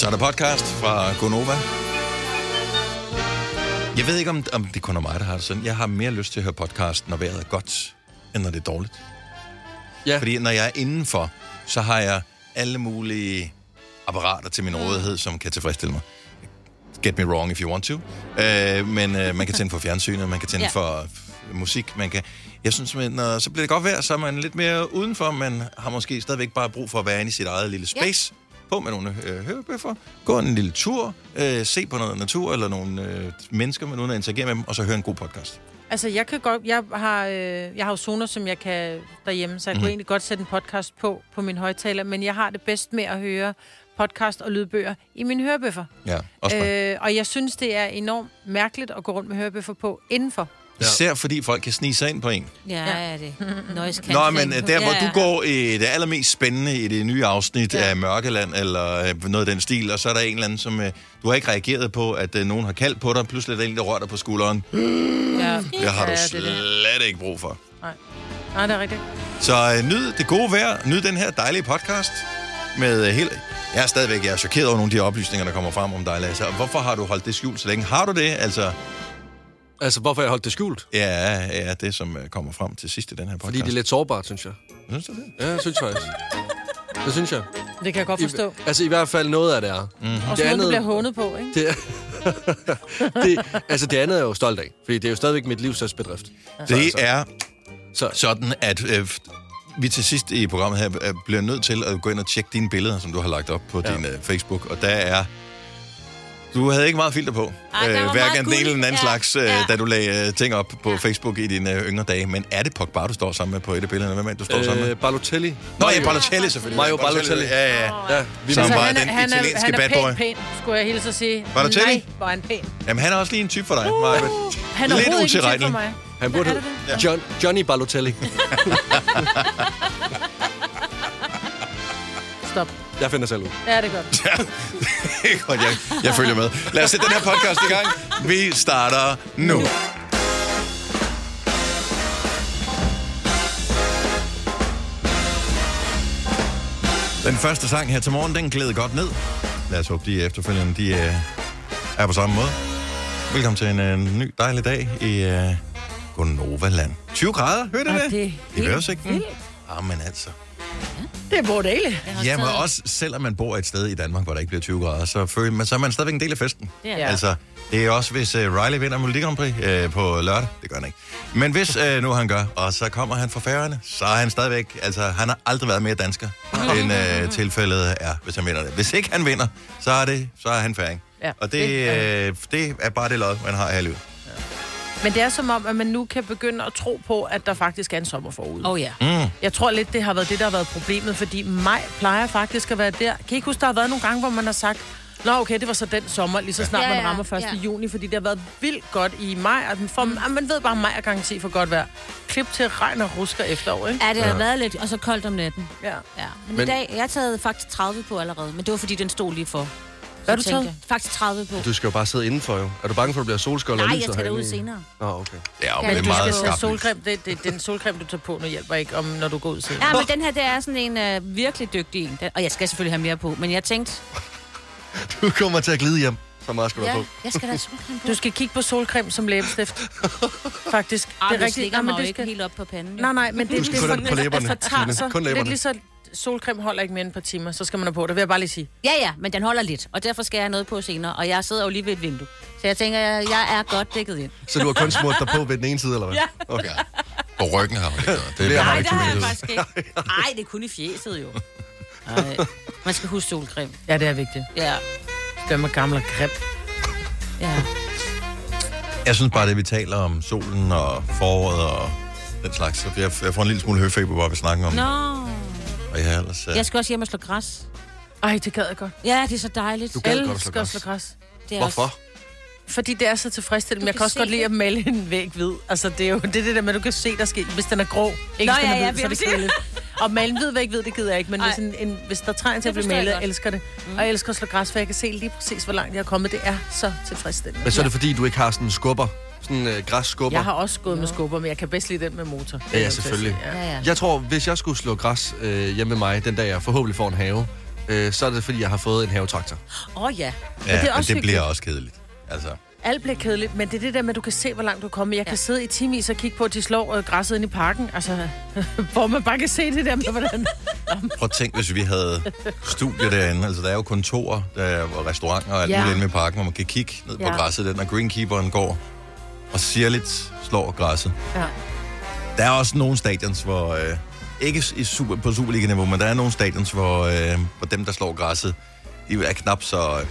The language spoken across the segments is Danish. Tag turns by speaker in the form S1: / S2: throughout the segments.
S1: Gunova podcast fra Gunova. Jeg ved ikke, om, om det kun er mig, der har det sådan. Jeg har mere lyst til at høre podcast, når vejret er godt, end når det er dårligt.
S2: Ja.
S1: Fordi når jeg er indenfor, så har jeg alle mulige apparater til min rådighed, som kan tilfredsstille mig. Get me wrong if you want to. Øh, men øh, man kan tænde for fjernsynet, man kan tænde ja.
S3: Ja.
S1: for f- musik, man kan... Jeg synes, men, når, så bliver det godt vejr, så er man lidt mere udenfor, men har måske stadigvæk bare brug for at være inde i sit eget lille
S3: Ja.
S1: space. På med nogle øh, hørebøffer, gå en lille tur, øh, se på noget natur eller nogle øh, mennesker, men uden at interagere med dem, og så høre en god podcast.
S4: Altså, jeg kan godt... Jeg har, øh, jeg har jo zoner, som jeg kan derhjemme, så jeg mm.
S1: Mhm.
S4: kunne egentlig godt sætte en podcast på, på min højtaler, men jeg har det bedst med at høre podcast og lydbøger i mine hørebøffer.
S1: Ja, også øh,
S4: Øh, og jeg synes, det er enormt mærkeligt at gå rundt med hørebøffer på indenfor.
S1: Især fordi folk kan snige sig ind på en.
S3: Ja, ja. er det.
S4: Mhm.
S3: Noise
S1: Nå,
S3: cancelling.
S1: men øh, der, hvor
S3: ja,
S1: du går i det allermest spændende i det nye afsnit ja. af Mørkeland, eller øh, noget af den stil, og så er der en eller anden, som øh, du har ikke reageret på, at øh, nogen har kaldt på dig, pludselig er der en, der rører dig på skulderen.
S4: Ja.
S1: Det har du
S4: Ja, det er det.
S1: slet ikke brug for.
S4: Nej, det er rigtigt.
S1: Så øh, nyd det gode vejr, nyd den her dejlige podcast med øh, hele... Jeg er stadigvæk jeg er chokeret over nogle af de oplysninger, der kommer frem om dig, Lasse. Og Hvorfor har du holdt det skjult så længe? Har du det? Altså,
S2: Altså, hvorfor jeg holdt det skjult?
S1: ja, ja det som øh, kommer frem til sidst i den her podcast.
S2: Fordi det er lidt sårbart, synes jeg.
S1: Synes du det?
S2: Ja, jeg synes faktisk. Det synes jeg.
S4: Det kan jeg godt
S2: I,
S4: forstå. I,
S2: altså, i hvert fald noget af det er.
S1: Mhm.
S2: Mm-hmm.
S4: og sådan noget, du bliver hånet på, ikke?
S2: det, det, altså, det andet er jeg jo stolt af. Fordi det er jo stadigvæk mit livs største bedrift.
S1: Det er
S2: Så, så
S1: sådan, at øh, vi til sidst i programmet her øh, bliver nødt til at gå ind og tjekke dine billeder, som du har lagt op på ja.
S2: Ja.
S1: din øh, Facebook, og der er... Du havde ikke meget filter på, øh,
S3: Ej, der var meget
S1: hverken den
S3: guld.
S1: ene eller den anden
S3: Ja.
S1: slags, øh,
S3: Ja.
S1: da du lagde øh, ting op på Facebook i dine øh, yngre dage. Men er det Pogba, du står sammen med på et af billederne? Hvem er det, du står øh, sammen med?
S2: øh, Balotelli.
S1: Nå, ja, Balotelli selvfølgelig.
S2: Mario Balotelli.
S1: Ja, ja.
S2: Ja, vi
S1: Så-
S2: så,
S1: Han var
S4: han, er-
S1: den
S4: han, er,
S1: italienske
S4: han er
S1: bad
S4: pæn,
S1: boy.
S4: pæn, skulle jeg hilse at sige.
S1: Var der
S4: Nej,
S1: Telly?
S4: hvor er han pæn.
S1: Jamen, han er også lige en type for dig, Maja.
S4: Uh, Han er
S1: Lidt
S4: overhovedet ikke en type for
S1: utilregnelig.
S4: mig.
S2: han burde
S4: Er det
S2: hedde John, Johnny Balotelli.
S4: Stop.
S2: Jeg finder selv ud.
S4: Ja, det er godt.
S1: Godt, jeg, jeg følger med. Lad os sætte den her podcast i gang. Vi starter nu. Den første sang her til morgen, den glæder godt ned. Lad os håbe, de efterfølgende de, øh, er på samme måde. Velkommen til en øh, ny dejlig dag i øh, Gonova-land. 20 grader, hørte
S4: Ej,
S1: du det?
S4: det er
S1: I
S4: helt
S1: vejrudsigten?
S4: vildt.
S1: Jamen altså.
S4: Det er bordeligt.
S3: Jeg har
S1: Ja, men
S3: stadig-
S1: også selvom man bor et sted i Danmark, hvor der ikke bliver 20 grader, så, føler man, så er man stadigvæk en del af festen.
S3: Det er
S1: Ja.
S3: det.
S1: Altså, det er også, hvis uh, Riley vinder Melodi Grand Prix uh, på lørdag. Det gør han ikke. Men hvis uh, nu han gør, og så kommer han fra færgerne, så er han stadigvæk... Altså, han har aldrig været mere dansker, end uh, tilfældet er, hvis han vinder det. Hvis ikke han vinder, så er, det, så er han færing.
S4: Ja,
S1: og det,
S4: det
S1: uh, det er bare det lod, man har her i livet.
S4: Men det er som om, at man nu kan begynde at tro på, at der faktisk er en sommer forude.
S3: Åh
S4: Oh.
S3: oh, ja.
S1: Mm.
S4: Jeg tror lidt, det har været det, der har været problemet, fordi maj plejer faktisk at være der. Kan I ikke huske, der har været nogle gange, hvor man har sagt, Nå, okay, det var så den sommer, lige så snart
S3: Ja,
S4: ja, man
S3: ja,
S4: rammer 1. Ja.
S3: ja.
S4: juni, fordi det har været vildt godt i maj. Og for, mm. man ved bare, at maj er garanti for godt vejr. Klip til regn og rusker efterår, ikke?
S3: Ja, det har været lidt, og så koldt om natten.
S4: Ja.
S3: Ja.
S2: Men-
S3: Men, men, i dag, jeg har taget faktisk 30 på allerede, men det var fordi, den stod lige for.
S4: Hvad har du
S3: tænkte
S4: taget?
S3: jeg, Faktisk 30 på.
S2: Du skal jo bare sidde indenfor, jo. Er du bange for, at du bliver solskold og
S3: Nej,
S2: lyser
S3: jeg skal derud
S2: herinde?
S3: senere.
S2: Nå, okay.
S1: Ja,
S3: Ja,
S1: men det
S3: men
S1: er
S4: Du
S1: meget
S4: skal tage
S1: skarpt. lys.
S4: solcreme. Det, det, den solcreme, du tager på nu, hjælper ikke, om, når du går ud senere.
S3: Ja, men den her, det er sådan en uh, virkelig dygtig en. Den, og jeg skal selvfølgelig have mere på, men jeg tænkte,
S2: Du kommer til at glide hjem. Så meget skal du
S3: ja,
S2: have på.
S3: jeg skal da solcreme på.
S4: Du skal kigge på solcreme som læbestift. Faktisk.
S3: Arh, det er rigtigt.
S4: Nej,
S3: mig
S4: men
S3: jo
S4: det
S3: ikke
S4: skal...
S3: helt op på panden. jo.
S4: Nej, nej, men det,
S2: Du skal
S4: det
S2: kun
S4: er ligesom
S2: have det på læberne,
S4: sådan, at fortager
S2: Signe.
S4: sig.
S2: Kun læberne.
S4: Lidt ligesom solcreme holder ikke mere end et par timer, så skal man have på. Det vil jeg bare lige sige.
S3: Ja, ja, men den holder lidt, og derfor skal jeg have noget på senere. Og jeg sidder jo lige ved et vindue. Så jeg tænker, jeg, jeg er godt dækket ind.
S2: Så du har kun smurt dig på ved den ene side, eller hvad? Ja. Okay.
S1: På ryggen har man ikke noget. Det er
S2: Nej,
S1: bare
S3: Nej,
S1: ikke
S3: det har jeg
S1: forventet.
S3: faktisk ikke. Nej, det er kun i fjeset jo. Ej, man skal huske solcreme.
S4: Ja, det er vigtigt.
S3: Ja,
S4: Gør med gamle greb.
S3: ja.
S1: Jeg synes bare, det vi taler om solen og foråret og den slags, så jeg, jeg får en lille smule høfeber, hvor vi snakker om
S3: Nå,
S1: Og jeg har ellers... Uh...
S3: jeg skal også hjem og slå græs.
S4: Ej, det gad jeg godt.
S3: Ja, det er så dejligt.
S2: Du
S4: Jeg
S2: gad godt at slå
S4: elsker
S2: græs.
S4: at slå græs.
S3: Det er
S2: Hvorfor?
S4: Fordi det er så tilfredsstillende.
S3: Du
S4: Men jeg
S3: kan
S4: kan også
S3: se
S4: godt lide
S3: det.
S4: at male en væg hvid. Altså, det er jo det, er det der med, at du kan se, der sker. Hvis den er grå,
S3: Nå,
S4: ikke hvis den
S3: ja,
S4: er
S3: ja,
S4: hvid, så er det
S3: præcis.
S4: kedeligt. Og male en hvid væg hvid, det gider jeg ikke. Men hvis,
S3: Ej.
S4: en, en, hvis der er tegn til at
S3: Det
S4: blive
S3: forstår jeg
S4: malet, jeg
S3: godt. Mm.
S4: elsker det. Og jeg elsker at slå græs, for jeg kan se lige præcis, hvor langt jeg er kommet. Det er så tilfredsstillende.
S2: Men så er det, fordi du ikke har sådan en skubber. Sådan en øh, græsskubber.
S4: Jeg har også gået med skubber, men jeg kan bedst lide den med motor.
S2: Ja, ja, selvfølgelig.
S3: Ja, ja.
S2: Jeg tror, hvis jeg skulle slå græs øh, hjemme med mig, den dag jeg forhåbentlig får en have, øh, så er det, fordi jeg har fået en havetraktor.
S3: Åh oh, ja.
S4: Men
S1: Ja,
S4: det er
S1: men
S4: også
S1: det bliver også kedeligt. Altså,
S4: Alt bliver kedeligt, men det er det der med, at du kan se, hvor langt du kommer. Jeg kan sidde i timevis og kigge på, at de slår øh, græsset ind i parken. Altså, hvor man bare kan se det der med, hvordan...
S1: prøv at tænk, hvis vi havde studier derinde. Altså, der er jo kontorer der er, og restauranter og alt
S3: Ja.
S1: muligt inde i parken, hvor man kan kigge ned på
S4: Ja.
S1: græsset, der, når greenkeeperen går og sirligt slår græsset.
S4: Ja.
S1: Der er også nogle stadions, hvor... Øh, ikke i super, på Superliga-niveau, men der er nogle stadions, hvor, øh, hvor dem, der slår græsset, de er knap så øh,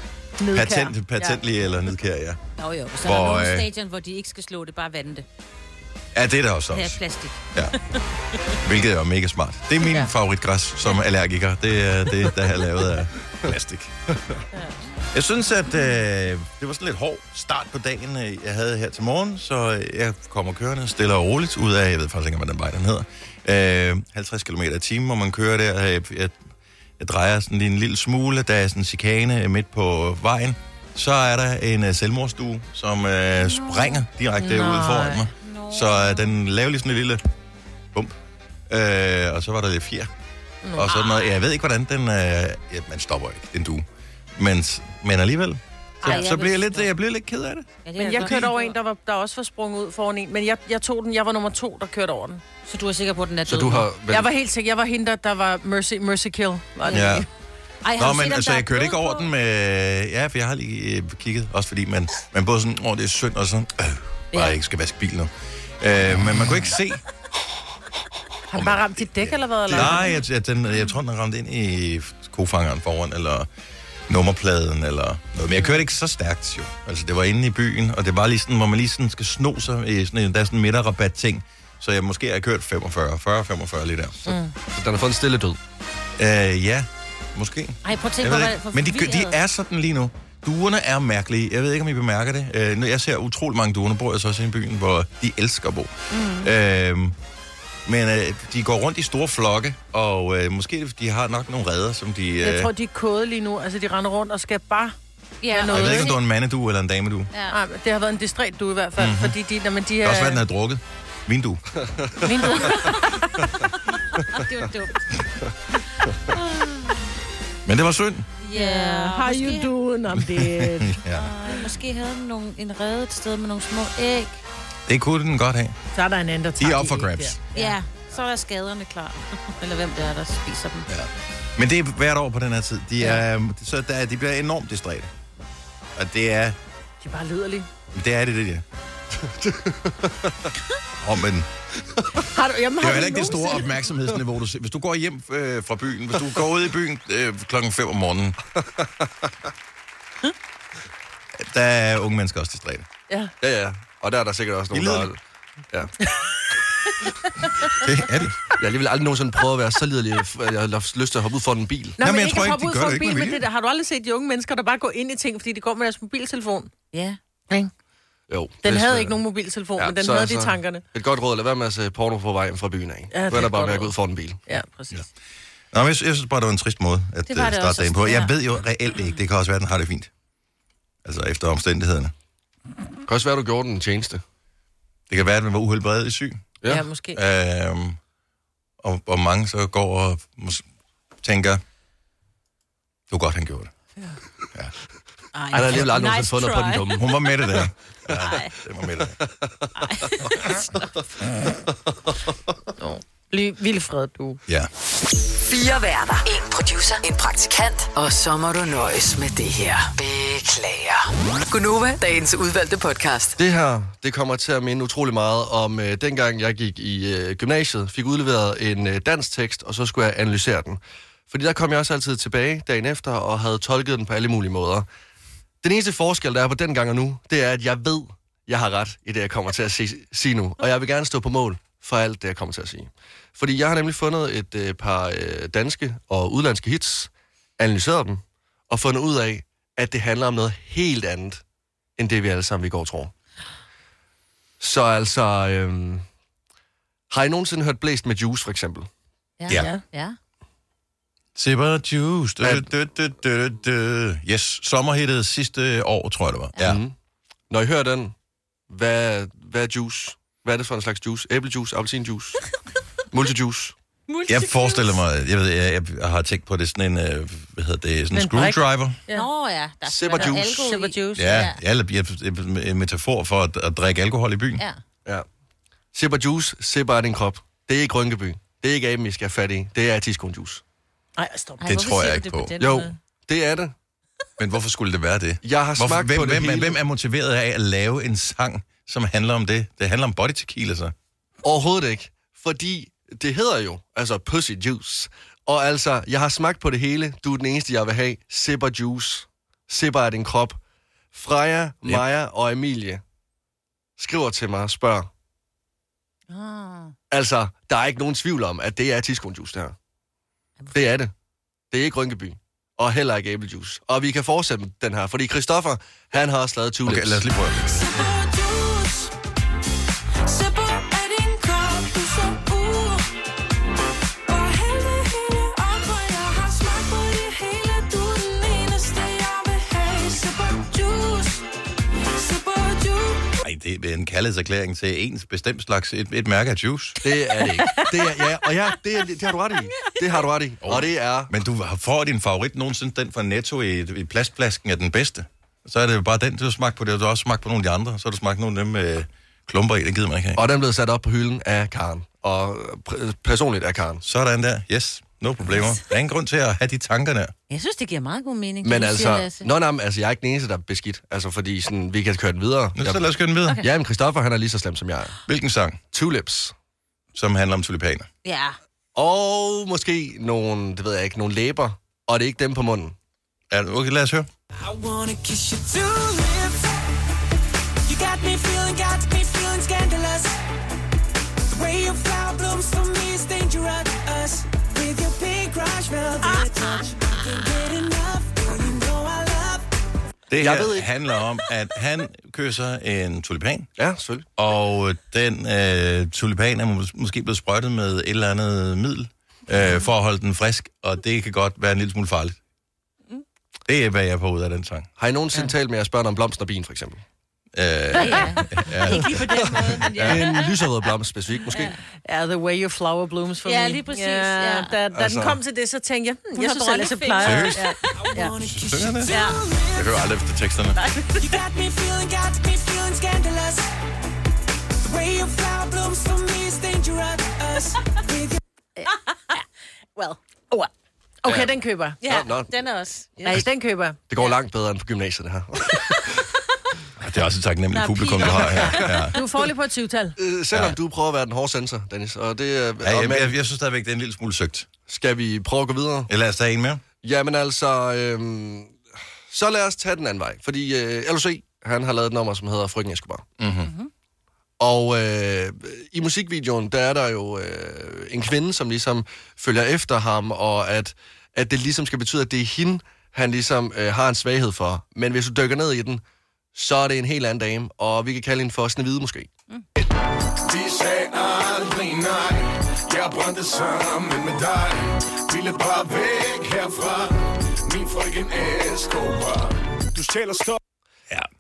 S4: Nedkær.
S1: patent, patentlige ja. eller nedkær, ja.
S3: Nå jo, så er
S1: Hvor,
S3: der nogle
S1: øh,
S3: stadion, hvor de ikke skal slå det, bare vande det.
S1: Ja, det er der også.
S3: Det er
S1: også.
S3: plastik.
S1: Ja. Hvilket er mega smart. Det er min ja.
S3: Ja.
S1: favoritgræs som allergiker. Det er det, der er lavet af plastik. Jeg synes, at øh, det var sådan lidt hård start på dagen, øh, jeg havde her til morgen, så øh, jeg kommer kørende stille og roligt ud af, jeg ved faktisk ikke, hvad den vej den hedder, øh, 50 km i timen, hvor man kører der. Jeg, jeg, jeg drejer sådan lige en lille smule, der er sådan en chikane øh, midt på vejen. Så er der en øh, selvmordsstue, som øh, springer direkte ud foran mig.
S3: Nå.
S1: Så øh, den lavede lige sådan en lille bump. Øh, og så var der lidt fjer. Og sådan noget. Jeg ved ikke, hvordan den... Øh, ja, man stopper ikke, den du. Men, s- men alligevel. Så,
S3: Ej,
S1: Ej,
S3: jeg
S1: så
S3: vil
S1: bliver jeg lidt,
S3: stoppe.
S1: jeg bliver lidt ked af det.
S3: Ja, det er
S4: Men jeg
S3: godt.
S4: kørte over en, der, var, der også var sprunget ud foran en. Men jeg, jeg tog den. Jeg var nummer to, der kørte over den.
S3: Så du er sikker på, at den er
S2: Så
S3: død
S2: du
S3: nu?
S2: har...
S4: Vel. Jeg var helt sikker. Jeg var hende, der, der var Mercy, mercy Kill. Var det.
S1: Ja.
S3: Ej, har
S1: Nå,
S3: du set,
S1: men
S3: om
S1: altså,
S3: der er
S1: jeg kørte
S3: blod
S1: ikke over
S3: på?
S1: den med... Ja, for jeg har lige øh, kigget. Også fordi man, man både sådan, åh, det er synd, og sådan, øh, bare
S3: Ja.
S1: ikke skal vaske bil nu. Øh, men man kunne ikke se.
S4: Har den bare ramt dit dæk, eller hvad? Eller?
S1: Nej, jeg, jeg, den, jeg tror, den ramte ind i kofangeren foran, eller nummerpladen, eller noget. Men jeg kørte ikke så stærkt, jo. Altså, det var inde i byen, og det var lige sådan, hvor man lige sådan skal sno sig i sådan en, der er sådan en midterrabat-ting. Så jeg måske har kørt 45, 40, 45 lige der. Så,
S4: Mm.
S2: Så den har fået en stille død.
S1: øh, ja, måske.
S3: Ej, prøv at tænke
S1: Jeg ved
S3: på, hvad
S1: ikke. Men de, kø- de er sådan lige nu. Duerne er mærkelige. Jeg ved ikke, om I bemærker det. Øh, nu- jeg ser utrolig mange duer. Nu bor jeg så også i en byen, hvor de elsker at bo. Mm. Øh, men øh, de går rundt i store flokke, og øh, måske de har nok nogle redder, som de... Øh,
S4: Jeg
S1: jeg,
S4: tror, de er kåde lige nu. Altså, de render rundt og skal bare...
S3: Ja,
S4: Jeg
S1: jeg ved
S4: noget,
S1: ikke, om du er en mandedu eller en damedu. Ja.
S3: Ja.
S4: Ej, men det har været en distræt du i hvert fald, mm-hmm. fordi de, når man de
S1: Mhm. Det
S4: her...
S1: kan også være, den har drukket. Vindu.
S3: Det var dumt.
S1: Men det var synd.
S3: Ja, måske-
S4: doing? I'm dead.
S1: Ja.
S3: Ej, Måske havde den nogle, en redde et sted med nogle små æg.
S1: Det kunne den godt have.
S4: så er der en anden, der
S1: De
S4: tager
S1: er op
S4: de
S1: for
S4: æg
S1: grabs.
S3: Ja. ja. Så er skaderne klar. Eller hvem det er, der spiser dem.
S1: Ja. Men det er hvert år på den her tid. De, er, så der, de bliver enormt distræte. Og det er
S4: der. De er bare liderlige.
S1: Det er det, det er. oh, men
S4: Har du, jamen,
S1: det er jo
S4: har du
S1: heller ikke det store
S4: nogensinde-
S1: opmærksomhedsniveau, du ser. Hvis du går hjem øh, fra byen, hvis du går ud i byen øh, klokken 5 om morgenen,
S3: Hm?
S1: der er unge mennesker også distræte.
S4: Ja.
S2: Ja, ja. Og der er der sikkert også nogen, der...
S1: Ildledende.
S2: Ja.
S1: Det er det.
S2: Jeg har alligevel aldrig nogensinde prøvet at være så liderlig, at jeg har haft lyst til at hoppe ud for en bil.
S1: Nå,
S4: Nå, men,
S1: men jeg
S4: ikke
S1: tror
S4: at
S1: ikke,
S4: hoppe
S1: de
S4: ud
S1: gør
S4: for
S1: det
S4: en
S1: ikke
S4: bil
S1: med
S4: med
S1: vilje.
S4: det der. Har du aldrig set de unge mennesker, der bare går ind i ting, fordi de går med deres mobiltelefon?
S3: Ja.
S4: Ikke?
S2: Jo.
S4: Den
S2: det-
S4: havde ikke nogen mobiltelefon, men den
S2: så-
S4: havde de
S2: så-
S4: tankerne.
S2: Et godt råd, lad være med at se porno på vejen fra byen af.
S4: Ja,
S2: Ja,
S4: det er
S2: det er
S4: et
S2: bare
S4: godt
S2: med at gå
S4: råd.
S2: ud for en bil.
S4: Ja, præcis.
S1: Nå, men jeg, sy- jeg synes bare, det var en trist måde at
S3: Det
S1: det
S3: var det
S1: starte
S3: også. altså.
S1: dagen på. Jeg
S3: Ja.
S1: ved jo reelt ikke. Det kan også være, at den har det fint. Altså efter omstændighederne.
S2: Det kan også være, du gjorde den en tjeneste.
S1: Det kan være, at man var uheldbredet syg.
S2: Ja.
S4: Ja, måske.
S1: Øhm, og, og mange så går og mås- tænker, det var godt, han gjorde det.
S3: Ej,
S2: Han har alligevel aldrig nogensinde
S3: nice
S2: fundet på den
S3: try.
S2: dumme.
S1: Hun var med det der.
S3: Ej.
S1: Det var med det der.
S4: Bliv vildfred, du.
S1: Ja.
S5: Fire værter. En producer. En praktikant. Og så må du nøjes med det her. Beklager. Gunova, dagens udvalgte podcast.
S2: Det her, det kommer til at minde utrolig meget om øh, dengang jeg gik i øh, gymnasiet, fik udleveret en øh, dansk tekst, og så skulle jeg analysere den. Fordi der kom jeg også altid tilbage dagen efter og havde tolket den på alle mulige måder. Den eneste forskel, der er på dengang og nu, det er, at jeg ved, jeg har ret i det, jeg kommer til at sige, sige nu. Og jeg vil gerne stå på mål for alt det, jeg kommer til at sige. Fordi jeg har nemlig fundet et øh, par øh, danske og udlandske hits, analyseret dem, og fundet ud af, at det handler om noget helt andet, end det vi alle sammen i går tror. Så altså, øhm, har I nogensinde hørt Blæst med Juice, for eksempel?
S1: Ja.
S3: Ja. ja.
S1: Zipper Juice.
S2: Ja.
S1: Du, du, du, du, du. Yes, sommerhittet sidste år, tror jeg det var. Ja.
S2: Mhm. Når I hører den, hvad, hvad er juice? Hvad er det for en slags juice? Æblejuice, appelsinjuice, multijuice?
S1: Jeg forestiller mig, jeg, ved, jeg, jeg har tænkt på det sådan en, øh, hvad hedder det, sådan en
S4: En brik.
S1: screwdriver.
S3: Ja. Nå ja, der skal
S2: Zipper
S3: være
S2: juice.
S3: alkohol i.
S4: Silver juice.
S1: Ja, ja. Jeg, jeg, jeg, en metafor for at, at drikke alkohol i byen.
S3: Ja.
S2: Ja. Sipper juice, sipper af din krop. Det er ikke Rynkeby. Det er ikke Aben, I skal have fat i. Det er Tiskon Juice.
S4: Nej, stop.
S3: Ej,
S1: Det
S3: hvorfor
S1: tror jeg
S3: siger
S1: ikke
S3: du det
S1: på.
S3: den
S2: Jo,
S3: måde?
S2: det er det.
S1: Men hvorfor skulle det være det?
S2: Jeg har
S1: Hvorfor,
S2: smagt
S1: hvem,
S2: på det
S1: hvem,
S2: hele.
S1: hvem er motiveret af at lave en sang, som handler om det? Det handler om body tequila, så.
S2: Overhovedet ikke. Fordi det hedder jo, altså pussy juice. Og altså, jeg har smagt på det hele. Du er den eneste, jeg vil have. Sipper juice. Sipper af din krop. Freja, Maja og Emilie skriver til mig og spørger.
S3: Ah.
S2: Altså, der er ikke nogen tvivl om, at det er Tiskon juice, det her. Det er det. Det er ikke Rynkeby. Og heller ikke æblejuice. Og vi kan fortsætte med den her, fordi Christoffer, han har også lavet tulips.
S1: Okay, lad os lige prøve. Ej, det er en kærlighedserklæring til ens bestemt slags, et, et mærke af juice.
S2: Det er det ikke. Det er, ja, og ja, det, er, det har du ret i. Det har du ret i. Og det er
S1: Men du har- får din favorit nogensinde, den fra Netto i, i plastflasken er den bedste. Så er det jo bare den, du har smagt på det, og du har også smagt på nogle af de andre. Så har du smagt nogle af dem med klumper i, det gider man ikke have.
S2: Og den blev sat op på hylden af Karen. Og pr- personligt af Karen.
S1: Sådan der, yes, no problemer. Der er ingen grund til at have de tanker der.
S3: Jeg synes, det giver meget god mening. det
S2: Men
S3: du siger,
S2: altså,
S3: Lasse.
S2: nå, nej, men altså, jeg er ikke den eneste, der er beskidt. Altså, fordi sådan, vi kan køre den videre.
S1: Nu så
S2: Jeg,
S1: lad os køre den videre. Okay.
S3: Okay.
S2: ja, men Christoffer, han er lige så slem som jeg er.
S1: Hvilken sang,
S2: Tulips.
S1: som handler om tulipaner?
S3: Ja.
S2: Og måske nogle, det ved jeg ikke, nogle læber. Og det er ikke dem på munden.
S1: Er det okay? Lad os høre.
S6: I wanna kiss your two lips. You got me feeling, got me feeling scandalous. The way your flower blooms for me is dangerous. With your pink rush velvet touch, can't get enough. Girl, you know I love.
S1: Det
S2: Jeg
S1: her
S2: ved ikke.
S1: handler om, at han kysser en tulipan,
S2: Ja, selvfølgelig.
S1: og den øh, tulipan er mås- måske blevet sprøjtet med et eller andet middel, øh, for at holde den frisk, og det kan godt være en lille smule farligt. Det er, hvad jeg får ud af den sang.
S2: Mm. Har I nogensinde ja. talt med jeres børn om blomsten og bin, for eksempel?
S1: Øh,
S3: Ikke lige på den måde, men ja.
S2: Ja. En lyserød blomst specifikt, måske? Ja.
S4: Ja, the way your flower blooms for
S3: Ja,
S4: me.
S3: lige præcis, ja.
S4: Ja, da, da
S2: Altså-
S4: den kom til det, så tænkte jeg, hm, jeg
S3: har
S4: synes ellers, jeg
S3: dronningfinger.
S4: plejer.
S1: Seriøst?
S4: Ja.
S6: I wanna kiss
S1: synger det?
S3: ja.
S1: Jeg hører aldrig efter teksterne.
S6: You got me feeling, got me feeling scandalous. The way your flower blooms for me is dangerous. With your
S3: Well.
S4: Okay, den køber jeg.
S3: Ja,
S2: Nå, nå.
S3: den er også. Ja.
S4: Ja, den køber jeg.
S2: Det går langt bedre end på gymnasiet, det her.
S1: Det er også et taknemmeligt
S3: Der er
S1: publikum, du
S3: piger.
S1: har her. Ja.
S4: Du får lige på et 20-tal.
S2: Øh, Selvom ja. du prøver at være den hårde sensor, Dennis, og det er...
S1: Ja,
S2: og
S1: jeg,
S2: men-
S1: jeg, jeg synes stadigvæk, det er en lille smule søgt.
S2: Skal vi prøve at gå videre?
S1: Eller lad os tage en mere.
S2: Jamen altså, øhm, så lad os tage den anden vej. Fordi øh, LOC, han har lavet et nummer, som hedder Frygten Escobar. Mm-hmm. Og øh, i musikvideoen, der er der jo øh, en kvinde, som ligesom følger efter ham, og at, at det ligesom skal betyde, at det er hende, han ligesom øh, har en svaghed for. Men hvis du dykker ned i den, så er det en helt anden dame, og vi kan kalde hende for Snevide måske.
S7: Vi sagde aldrig nej Jeg brændte sammen med dig Ville bare væk herfra Min frøken Escobar Du stjæler stop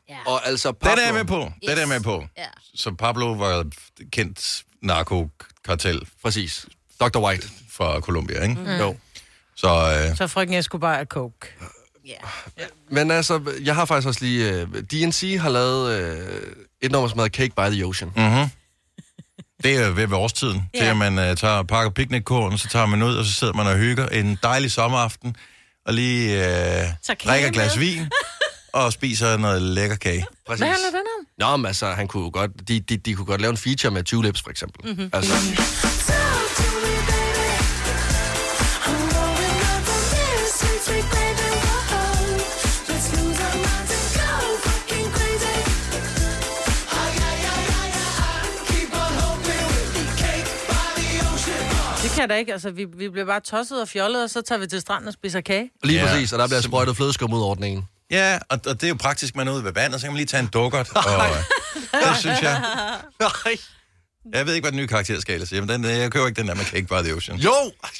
S1: Ja.
S2: Og altså, Pablo,
S1: Den er jeg med på. Den er jeg med på.
S3: Ja.
S1: Så Pablo var et kendt narkokartel
S2: Præcis. Dr. White.
S1: fra Colombia, ikke?
S2: Mm. Jo.
S1: Så øh,
S4: Så frygten, jeg skulle bare have coke.
S3: Ja.
S2: Men altså, jeg har faktisk også lige... Øh, DNC har lavet øh, et nummer, som hedder Cake by the Ocean. Mm.
S1: Mm-hmm. det er ved, ved årstiden. Det er, at man øh, tager, pakker piknikkorn, så tager man ud, og så sidder man og hygger en dejlig sommeraften, og lige øh,
S3: kage
S1: drikker et glas
S3: med.
S1: vin, og spiser noget lækker kage.
S2: Præcis.
S4: Hvad handler den om?
S2: Nå, men altså, han kunne jo godt, de, de, de kunne godt lave en feature med Tulips, for eksempel.
S4: Mhm.
S2: Mm-hmm. Altså,
S6: talk to me, baby. I'm going up on this sweet, sweet baby. Whoa. Let's lose our minds and go fucking crazy. Oh, yeah, yeah, yeah, yeah. Keep on hoping we'll be cake by the ocean.
S4: Det kan jeg da ikke. Altså, vi, vi bliver bare tosset og fjollet, og så tager vi til stranden og spiser kage.
S2: lige
S1: Ja,
S2: yeah. præcis, og der bliver
S1: simpelthen.
S2: sprøjtet flødeskum ud over ordningen.
S1: Ja, og, og det er jo praktisk, man er ude ved vandet, så kan man lige tage en dukkert. Og, øh, det synes jeg.
S2: Nej.
S1: Jeg ved ikke, hvad den nye karakterskala siger, men den, øh, jeg køber ikke den der med Cake by the Ocean.
S2: Jo,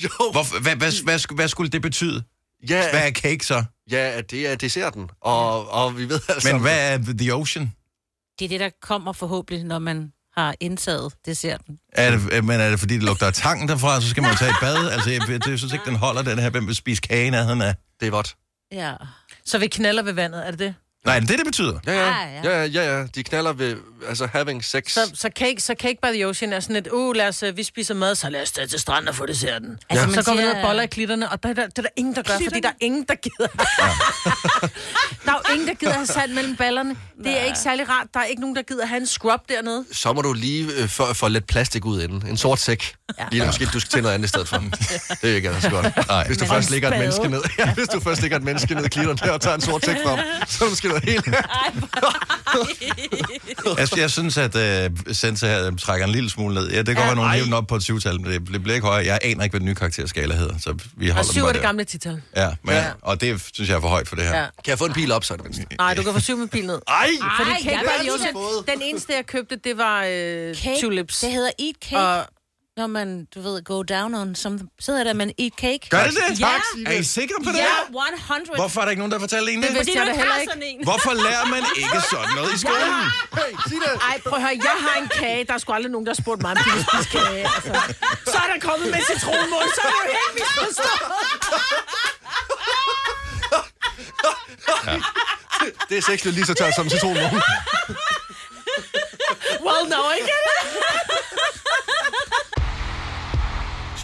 S2: jo.
S1: Hvor, hvad, hvad, hvad, sku- hvad skulle det betyde?
S2: Ja,
S1: Hvad er cake så?
S2: ja, det er desserten, og, og vi ved altså...
S1: Men hvad er the ocean?
S3: Det er det, der kommer forhåbentlig, når man har indtaget desserten.
S1: Er det, øh, men er det fordi, det lugter af tangen derfra, så skal man jo tage et bad? Altså, jeg, jeg, jeg synes ikke, den holder den her, hvem vil spise kage i nærheden af?
S2: Det er vådt.
S3: Ja.
S4: Så vi knaller ved vandet, er det det?
S1: Nej, er det det, det betyder?
S2: Ja,
S3: Ah,
S2: ja,
S3: ja.
S2: ja, ja, ja. De knaller ved, altså, having sex.
S4: Så, så, cake, så cake by the ocean er sådan et, uh, lad os, øh, vi spiser mad, så lad os tage til stranden og få desserten.
S3: Altså,
S4: Ja.
S3: man
S4: Så går vi ned
S3: siger-
S4: og boller i klitterne, og der, der, det er der ingen, der gør, fordi der er ingen, der gider. der er jo ingen, der gider have sand mellem ballerne. Det er ikke særlig rart. Der er ikke nogen, der gider have en scrub dernede.
S2: Så må du lige øh, for, for lidt plastik ud inden. En sort sæk. Ja. Lige nu, måske, du skal til noget andet i stedet for. Det er ikke altså godt.
S1: Nej.
S2: Hvis du
S1: Men
S2: først
S3: en
S2: lægger et
S3: spade.
S2: menneske ned, ja, hvis du først lægger et menneske ned i klitteren der og tager en sort sæk fra ham, så er det måske noget helt...
S1: Jeg, Altså, jeg synes, at øh, Sense her øh, trækker en lille smule ned. Ja, det kan godt være, nogen hæver den op på et 20-tal, men det, det bliver ikke højere. Jeg aner ikke, hvad den nye karakterskala hedder, så vi
S4: Og
S1: holder den
S4: syv
S1: bare
S4: er det
S1: der.
S4: gamle tital.
S1: Ja, men, ja, og det synes jeg er for højt for det her.
S4: Ja.
S2: Kan jeg få en pil op, så er det mindst.
S4: Nej, du kan få syv med bil ned.
S2: Ej!
S4: Fordi
S3: Ej,
S4: cake
S3: jeg
S4: by
S3: vil
S4: the
S3: lige
S4: ocean, den eneste, jeg købte, det var øh,
S3: Cake.
S4: tulips.
S3: Det hedder eat cake. Og...
S4: Og
S3: Når man, du ved, go down on some... Sidder der, man eat cake.
S1: Gør det det?
S3: Ja.
S1: Er I sikre på det?
S3: Ja,
S1: her?
S3: 100.
S1: Hvorfor er der ikke nogen, der fortæller en det?
S4: vidste
S3: Fordi
S4: jeg
S3: du
S4: da
S3: ikke
S4: heller
S3: har
S4: ikke.
S3: sådan en.
S1: Hvorfor lærer man ikke sådan noget i skolen?
S2: Hey, sig det!
S4: Ej, prøv at høre, jeg har en kage. Der er sgu aldrig nogen, der har spurgt mig, om de vil spise kage. Altså. Så er der kommet med citronmål, så er det jo helt misforstået.
S2: Det er sexligt lige så tørt som citronmål.
S4: Well, no, ikke?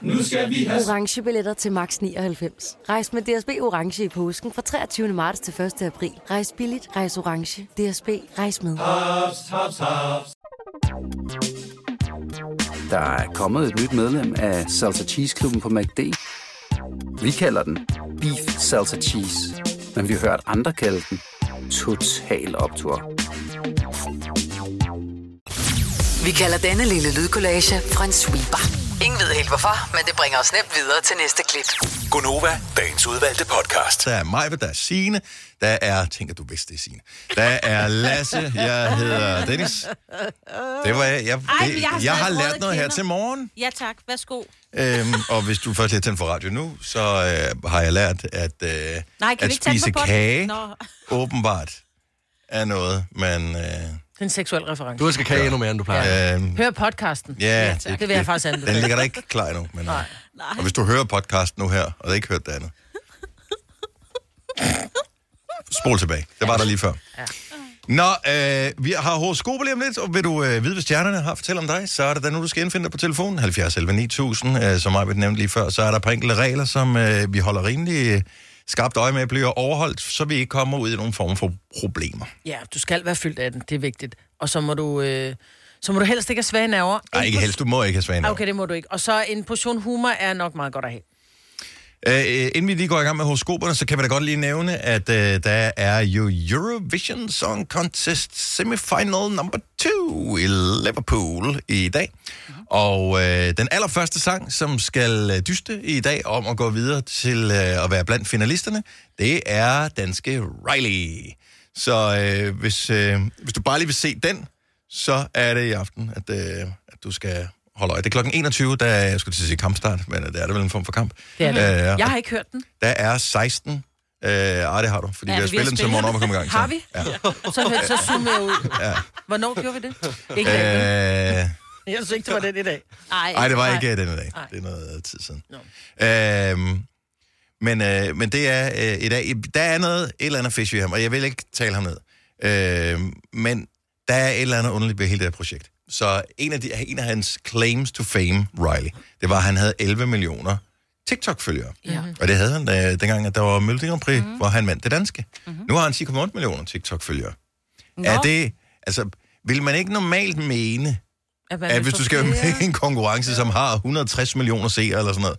S8: Nu skal vi have
S9: Orange billetter til max 99. Rejs med DSB Orange i påsken fra 23. marts til 1. april. Rejs billigt, rejs orange. DSB, rejs med.
S8: haps, haps, haps.
S10: Der er kommet et nyt medlem af Salsa Cheese Klubben på MACD. Vi kalder den Beef Salsa Cheese, men vi har hørt andre kalde den Total Optor.
S5: Vi kalder denne lille lydkollage en sweeper. Ingen ved helt hvorfor, men det bringer os nemt videre til næste klip.
S11: Gunova, dagens udvalgte podcast.
S1: Der er Majve, der er Signe, der er... Tænker du vidste det, er Signe. Der er Lasse, jeg hedder Dennis. Det var jeg. Jeg,
S3: Ej, men
S1: det,
S3: jeg har
S1: jeg har
S3: stadig
S1: lært
S3: røde
S1: noget her
S3: kinder.
S1: til morgen.
S3: Ja tak, værsgo.
S1: Øhm, og hvis du først lige har tændt for radio nu, så øh, har jeg lært, at, øh,
S3: Nej, kan
S1: at
S3: vi ikke tage den
S1: spise
S3: på bånd?
S1: kage
S3: Nå.
S1: åbenbart er noget, man... Øh,
S4: Det er en seksuel reference.
S2: Du elsker kage endnu mere, end du plejer.
S1: øh,
S4: Hør podcasten.
S1: ja,
S4: tak. Det vil jeg faktisk anbefale.
S1: Den ligger der ikke klar endnu. Men, Nej. Og hvis du hører podcasten nu her, og ikke hørt det andet, spol tilbage. Det var der lige før. Ja. Nå, øh, vi har horoskoper lige om lidt, og vil du øh, vide, hvad stjernerne har at fortælle om dig, så er det da nu, du skal indfinde dig på telefonen, 70 11 9000, øh, som jeg nævnte lige før. Så er der på enkelte regler, som øh, vi holder rimelig øh, skarpt øje med, bliver overholdt, så vi ikke kommer ud i nogen form for problemer.
S4: Ja, du skal være fyldt af den. Det er vigtigt. Og så må du, øh, så må du helst ikke have svage nerver.
S1: Nej,
S4: En
S1: ikke
S4: pos-
S1: helst. Du må ikke have svaner.
S4: Ah, Okay, det må du ikke. Og så en portion humor er nok meget godt at have.
S1: Øh, øh, inden vi lige går i gang med horoskoperne, så kan man da godt lige nævne, at øh, der er jo Eurovision Song Contest semifinal number 2 i Liverpool i dag. Og øh, den allerførste sang, som skal øh, dyste i dag om at gå videre til øh, at være blandt finalisterne, det er danske Riley. Så øh, hvis, øh, hvis du bare lige vil se den, så er det i aften, at, øh, at du skal holde øje. Det er klokken 21, der er, jeg skulle til at sige kampstart, men øh, det er det vel en form for kamp.
S4: Det er det.
S1: Øh, og
S4: Jeg har ikke hørt den.
S1: der er 16. Øh, ej, det har du, fordi ja, vi har spillet den til morgen om at komme i gang. så.
S4: Har vi? Ja. Så, hørte- så zoomede jeg ud. Ja. Hvornår gjorde vi det? Ikke øh.
S1: Øh,
S4: Jeg synes ikke, det var den i dag.
S1: ej, det var ikke øh, den i dag. Det er noget øh, tid siden. Øhm, men, øh, men det er øh, i dag. Der er noget, et eller andet Øhm, fish i ham, og jeg vil ikke tale ham ned. Øh, men der er et eller andet underligt ved hele det her projekt. Så en af, de, en af hans claims to fame, Riley, det var, at han havde 11 millioner TikTok-følgere.
S6: Ja.
S1: Og det havde han da, dengang, at der var Mølte Grand Prix, mm. hvor han vandt det danske. Mm-hmm. Nu har han 10,8 millioner TikTok-følgere.
S4: Nå.
S1: Er det... Altså, vil man ikke normalt mene,
S4: At man
S1: at
S4: vil
S1: hvis
S4: få
S1: du skal med
S4: flere?
S1: i en konkurrence, som har 160 millioner seere eller sådan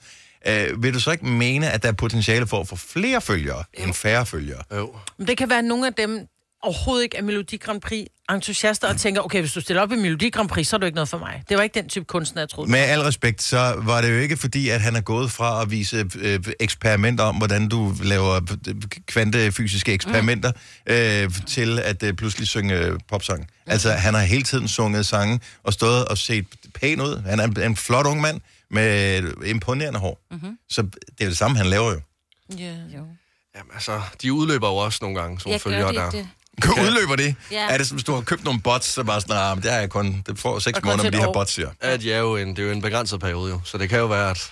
S1: noget, øh, vil du så ikke mene, at der er potentiale for at få flere følgere end færre følgere?
S2: Jo.
S4: Men Det kan være, at nogle af dem overhovedet ikke er Melodi Grand Prix entusiaster og tænker, okay, hvis du stiller op i Melodi Grand Prix, så er du ikke noget for mig. Det var ikke den type kunstner, jeg troede.
S1: Med al respekt, så var det jo ikke fordi, at han er gået fra at vise øh, eksperimenter om, hvordan du laver øh, kvantefysiske eksperimenter, øh, til at øh, pludselig synge øh, popsang. Altså, han har hele tiden sunget sange og stået og set pæn ud. Han er en, en flot ung mand med imponerende hår.
S3: Mhm.
S1: Mm-hmm. Så det er det samme, han laver jo.
S4: Ja.
S3: Jo.
S2: Jamen altså, de udløber jo også nogle gange, som
S3: Ja,
S2: ja,
S3: gør
S2: følger
S3: de
S2: der.
S3: ikke det?
S1: Udløber det?
S3: Ja.
S1: Er det som, hvis du har købt nogle bots, så bare sådan, nah, det har jeg kun, det får
S2: Og
S1: seks
S2: kun
S1: måneder med
S2: til et
S1: de her
S2: år.
S1: bots, siger.
S2: At ja, jo en, det er jo en begrænset periode jo, så det kan jo være, at,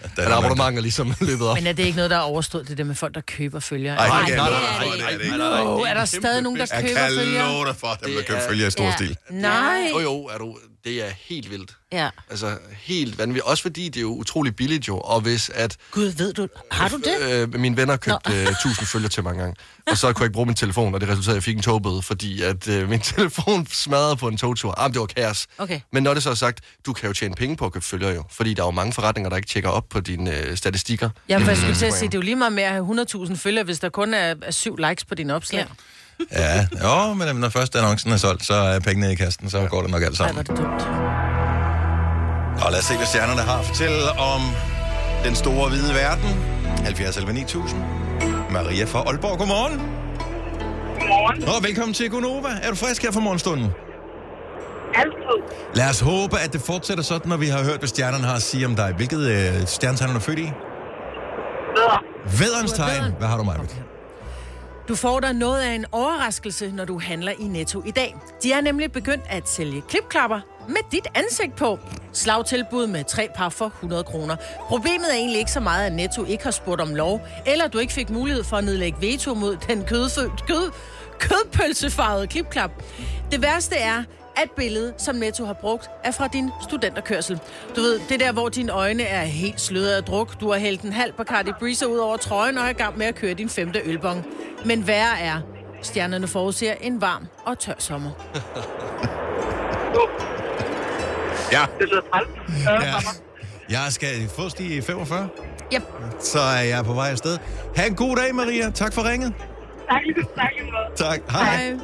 S2: at,
S1: mange, der-
S2: abonnement er ligesom løbet op.
S4: Men er det ikke noget, der er overstået, det der med folk, der køber følgere?
S2: Ej,
S4: Nej,
S2: det er-
S4: nej,
S2: nej,
S4: nej,
S2: nej,
S4: nej,
S2: nej,
S4: nej.
S2: nej.
S4: Nå, er der
S2: Det er
S4: stadig nogen, der
S2: kæmpe
S4: køber
S2: business.
S4: følgere?
S1: love dig for, at dem, der
S2: Det
S1: køber
S2: er-
S1: følgere i stor
S4: Ja.
S1: stil.
S4: Nej.
S2: Jo, jo, er du, det er helt vildt.
S3: Ja.
S2: Altså, helt vanvittigt. Også fordi det er jo utrolig billigt jo, og hvis at...
S3: Gud, ved du... Har du det?
S2: Øh, mine venner købte øh, 1000 følger til mig engang, og så kunne jeg ikke bruge min telefon, og det resulterede, i, at jeg fik en togbøde, fordi at øh, min telefon smadrede på en togtur. Ah, men det var kaos.
S3: Okay.
S2: Men når det så er sagt, du kan jo tjene penge på at købe følgere jo, fordi der er jo mange forretninger, der ikke tjekker op på dine øh, statistikker.
S4: Jamen, for jeg
S2: på
S4: skulle til at
S2: Instagram.
S4: sige, det er jo lige meget med at have 100.000 følgere, hvis der kun er, er syv likes på dine opslag. Ja.
S1: Ja, jo, men øh, når først annoncen er solgt, så er pengene i kasten, så går det nok alt sammen. Ej,
S4: det dumt.
S1: Og lad os se, hvad stjernerne har at fortælle om den store hvide verden. 70 11 9000. Maria fra Aalborg, godmorgen. Godmorgen. Og velkommen til Gunova. Er du frisk her fra morgenstunden?
S12: Altid.
S1: Lad os håbe, at det fortsætter sådan, når vi har hørt, hvad stjernerne har at sige om dig. Hvilket øh, stjernetegn er du født i? Vædderens tegn. Hvad har du, Maja?
S4: Du får dig noget af en overraskelse, når du handler i Netto i dag. De er nemlig begyndt at sælge klipklapper med dit ansigt på. Slagtilbud med tre par for 100 kroner. Problemet er egentlig ikke så meget, at Netto ikke har spurgt om lov, eller du ikke fik mulighed for at nedlægge veto mod den kødfø- kød, kødpølsefarvede klipklap. Det værste er, at billede, som Netto har brugt, er fra din studenterkørsel. Du ved, det der, hvor dine øjne er helt sløret af druk, du har hældt en halv Bacardi Breezer ud over trøjen og er i gang med at køre din femte ølbong. Men værre er, stjernerne forudser en varm og tør sommer.
S1: Ja.
S12: Det lyder træls.
S1: ja. Jeg skal fås de 45,
S4: Yep.
S1: så er jeg på vej afsted. Ha' en god dag, Maria. Tak for ringet.
S12: Tak, tak.
S1: Tak. Hej. Hej.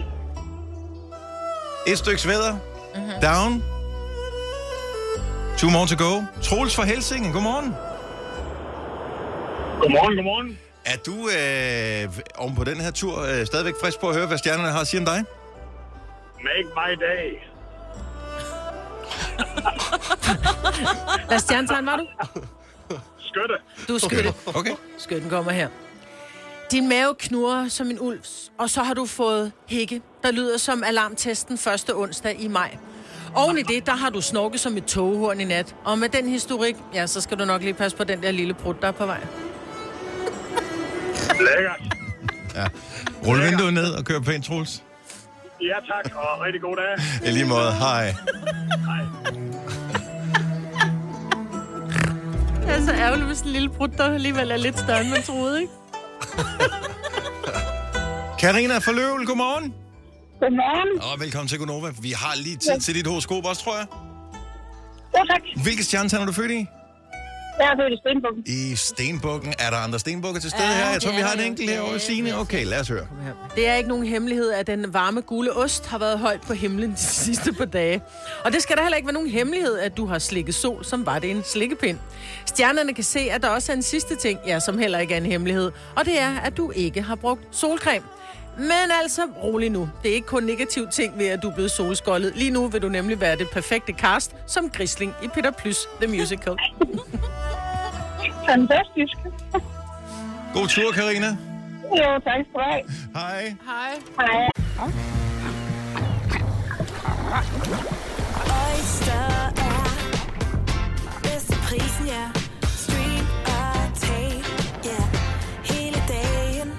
S1: Et stykke sveder.
S12: Mhm.
S1: Mm-hmm. Down. Two more to go. Troels fra Helsinge, godmorgen.
S12: Godmorgen, godmorgen.
S1: Er du øh, oven på den her tur øh, stadigvæk frisk på at høre, hvad stjernerne har at sige om dig?
S12: Make my day.
S4: Hvad stjernetegn var du?
S12: Skøtte.
S4: Du er skytte.
S1: Okay.
S4: Skytten kommer her. Din mave knurrer som en ulvs, og så har du fået hække, der lyder som alarmtesten første onsdag i maj. Oven i det, der har du snorket som et togehorn i nat. Og med den historik, ja, så skal du nok lige passe på den der lille brud, der er på vej.
S12: Lækkert.
S1: Ja. Rul vinduet ned og kør pænt, Troels.
S12: Ja, tak, og rigtig god dag.
S1: I lige måde. Hej.
S4: Det er så ærgerligt, hvis en lille brud, der alligevel er lidt større, end man troede, ikke?
S1: Karina fra Løvel, godmorgen.
S12: Godmorgen.
S1: Og velkommen til Gunova. Vi har lige tid til dit horoskop også, tror jeg.
S12: Jo, tak.
S1: Hvilke stjernetegn er du født i?
S12: Jeg er født i Stenbukken.
S1: I Stenbukken. Er der andre Stenbukker til stede
S4: Ja,
S1: her? Jeg tror,
S4: det
S1: vi
S4: er
S1: har en
S4: der jo.
S1: enkelt herovre. Signe, okay, lad os høre.
S4: Det er ikke nogen hemmelighed, at den varme gule ost har været højt på himlen de sidste par dage. Og det skal da heller ikke være nogen hemmelighed, at du har slikket sol, som var det en slikkepind. Stjernerne kan se, at der også er en sidste ting, ja, som heller ikke er en hemmelighed. Og det er, at du ikke har brugt solcreme. Men altså, rolig nu. Det er ikke kun negativ ting ved, at du er blevet solskoldet. Lige nu vil du nemlig være det perfekte cast som Grisling i Peter Plus The Musical.
S12: Fantastisk.
S1: God tur, Karina.
S12: Jo, tak skal du have.
S1: Hej.
S4: Hej.
S12: Hej.
S6: Oyster er bedst til prisen, ja. Stream og tag, ja. Hele dagen.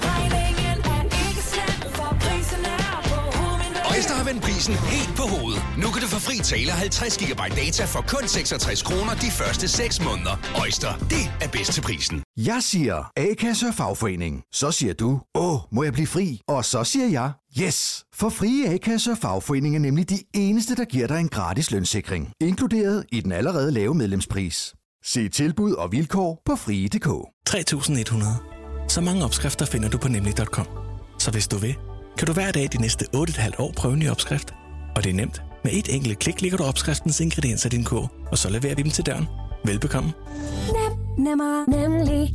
S6: Regningen er ikke slem, for prisen er på hovedet.
S13: Øjster
S14: har vendt prisen helt på hovedet. Nu kan du få fri tale 50 GB data for kun 66 kroner de første 6 måneder. Øjster, det er bedst til prisen.
S15: Jeg siger A-kasse og fagforening. Så siger du, åh, må jeg blive fri? Og så siger jeg, yes! For frie A-kasse og fagforening er nemlig de eneste, der giver dig en gratis lønssikring. Inkluderet i den allerede lave medlemspris. Se tilbud og vilkår på frie.dk.
S16: 3100. Så mange opskrifter finder du på nemlig.com. Så hvis du vil, kan du hver dag de næste 8,5 år prøve en ny opskrift. Og det er nemt. Med et enkelt klik ligger du opskriftens ingredienser i din kog, og så leverer vi dem til døren. Velbekomme.
S17: Nem, nemmer, nemlig.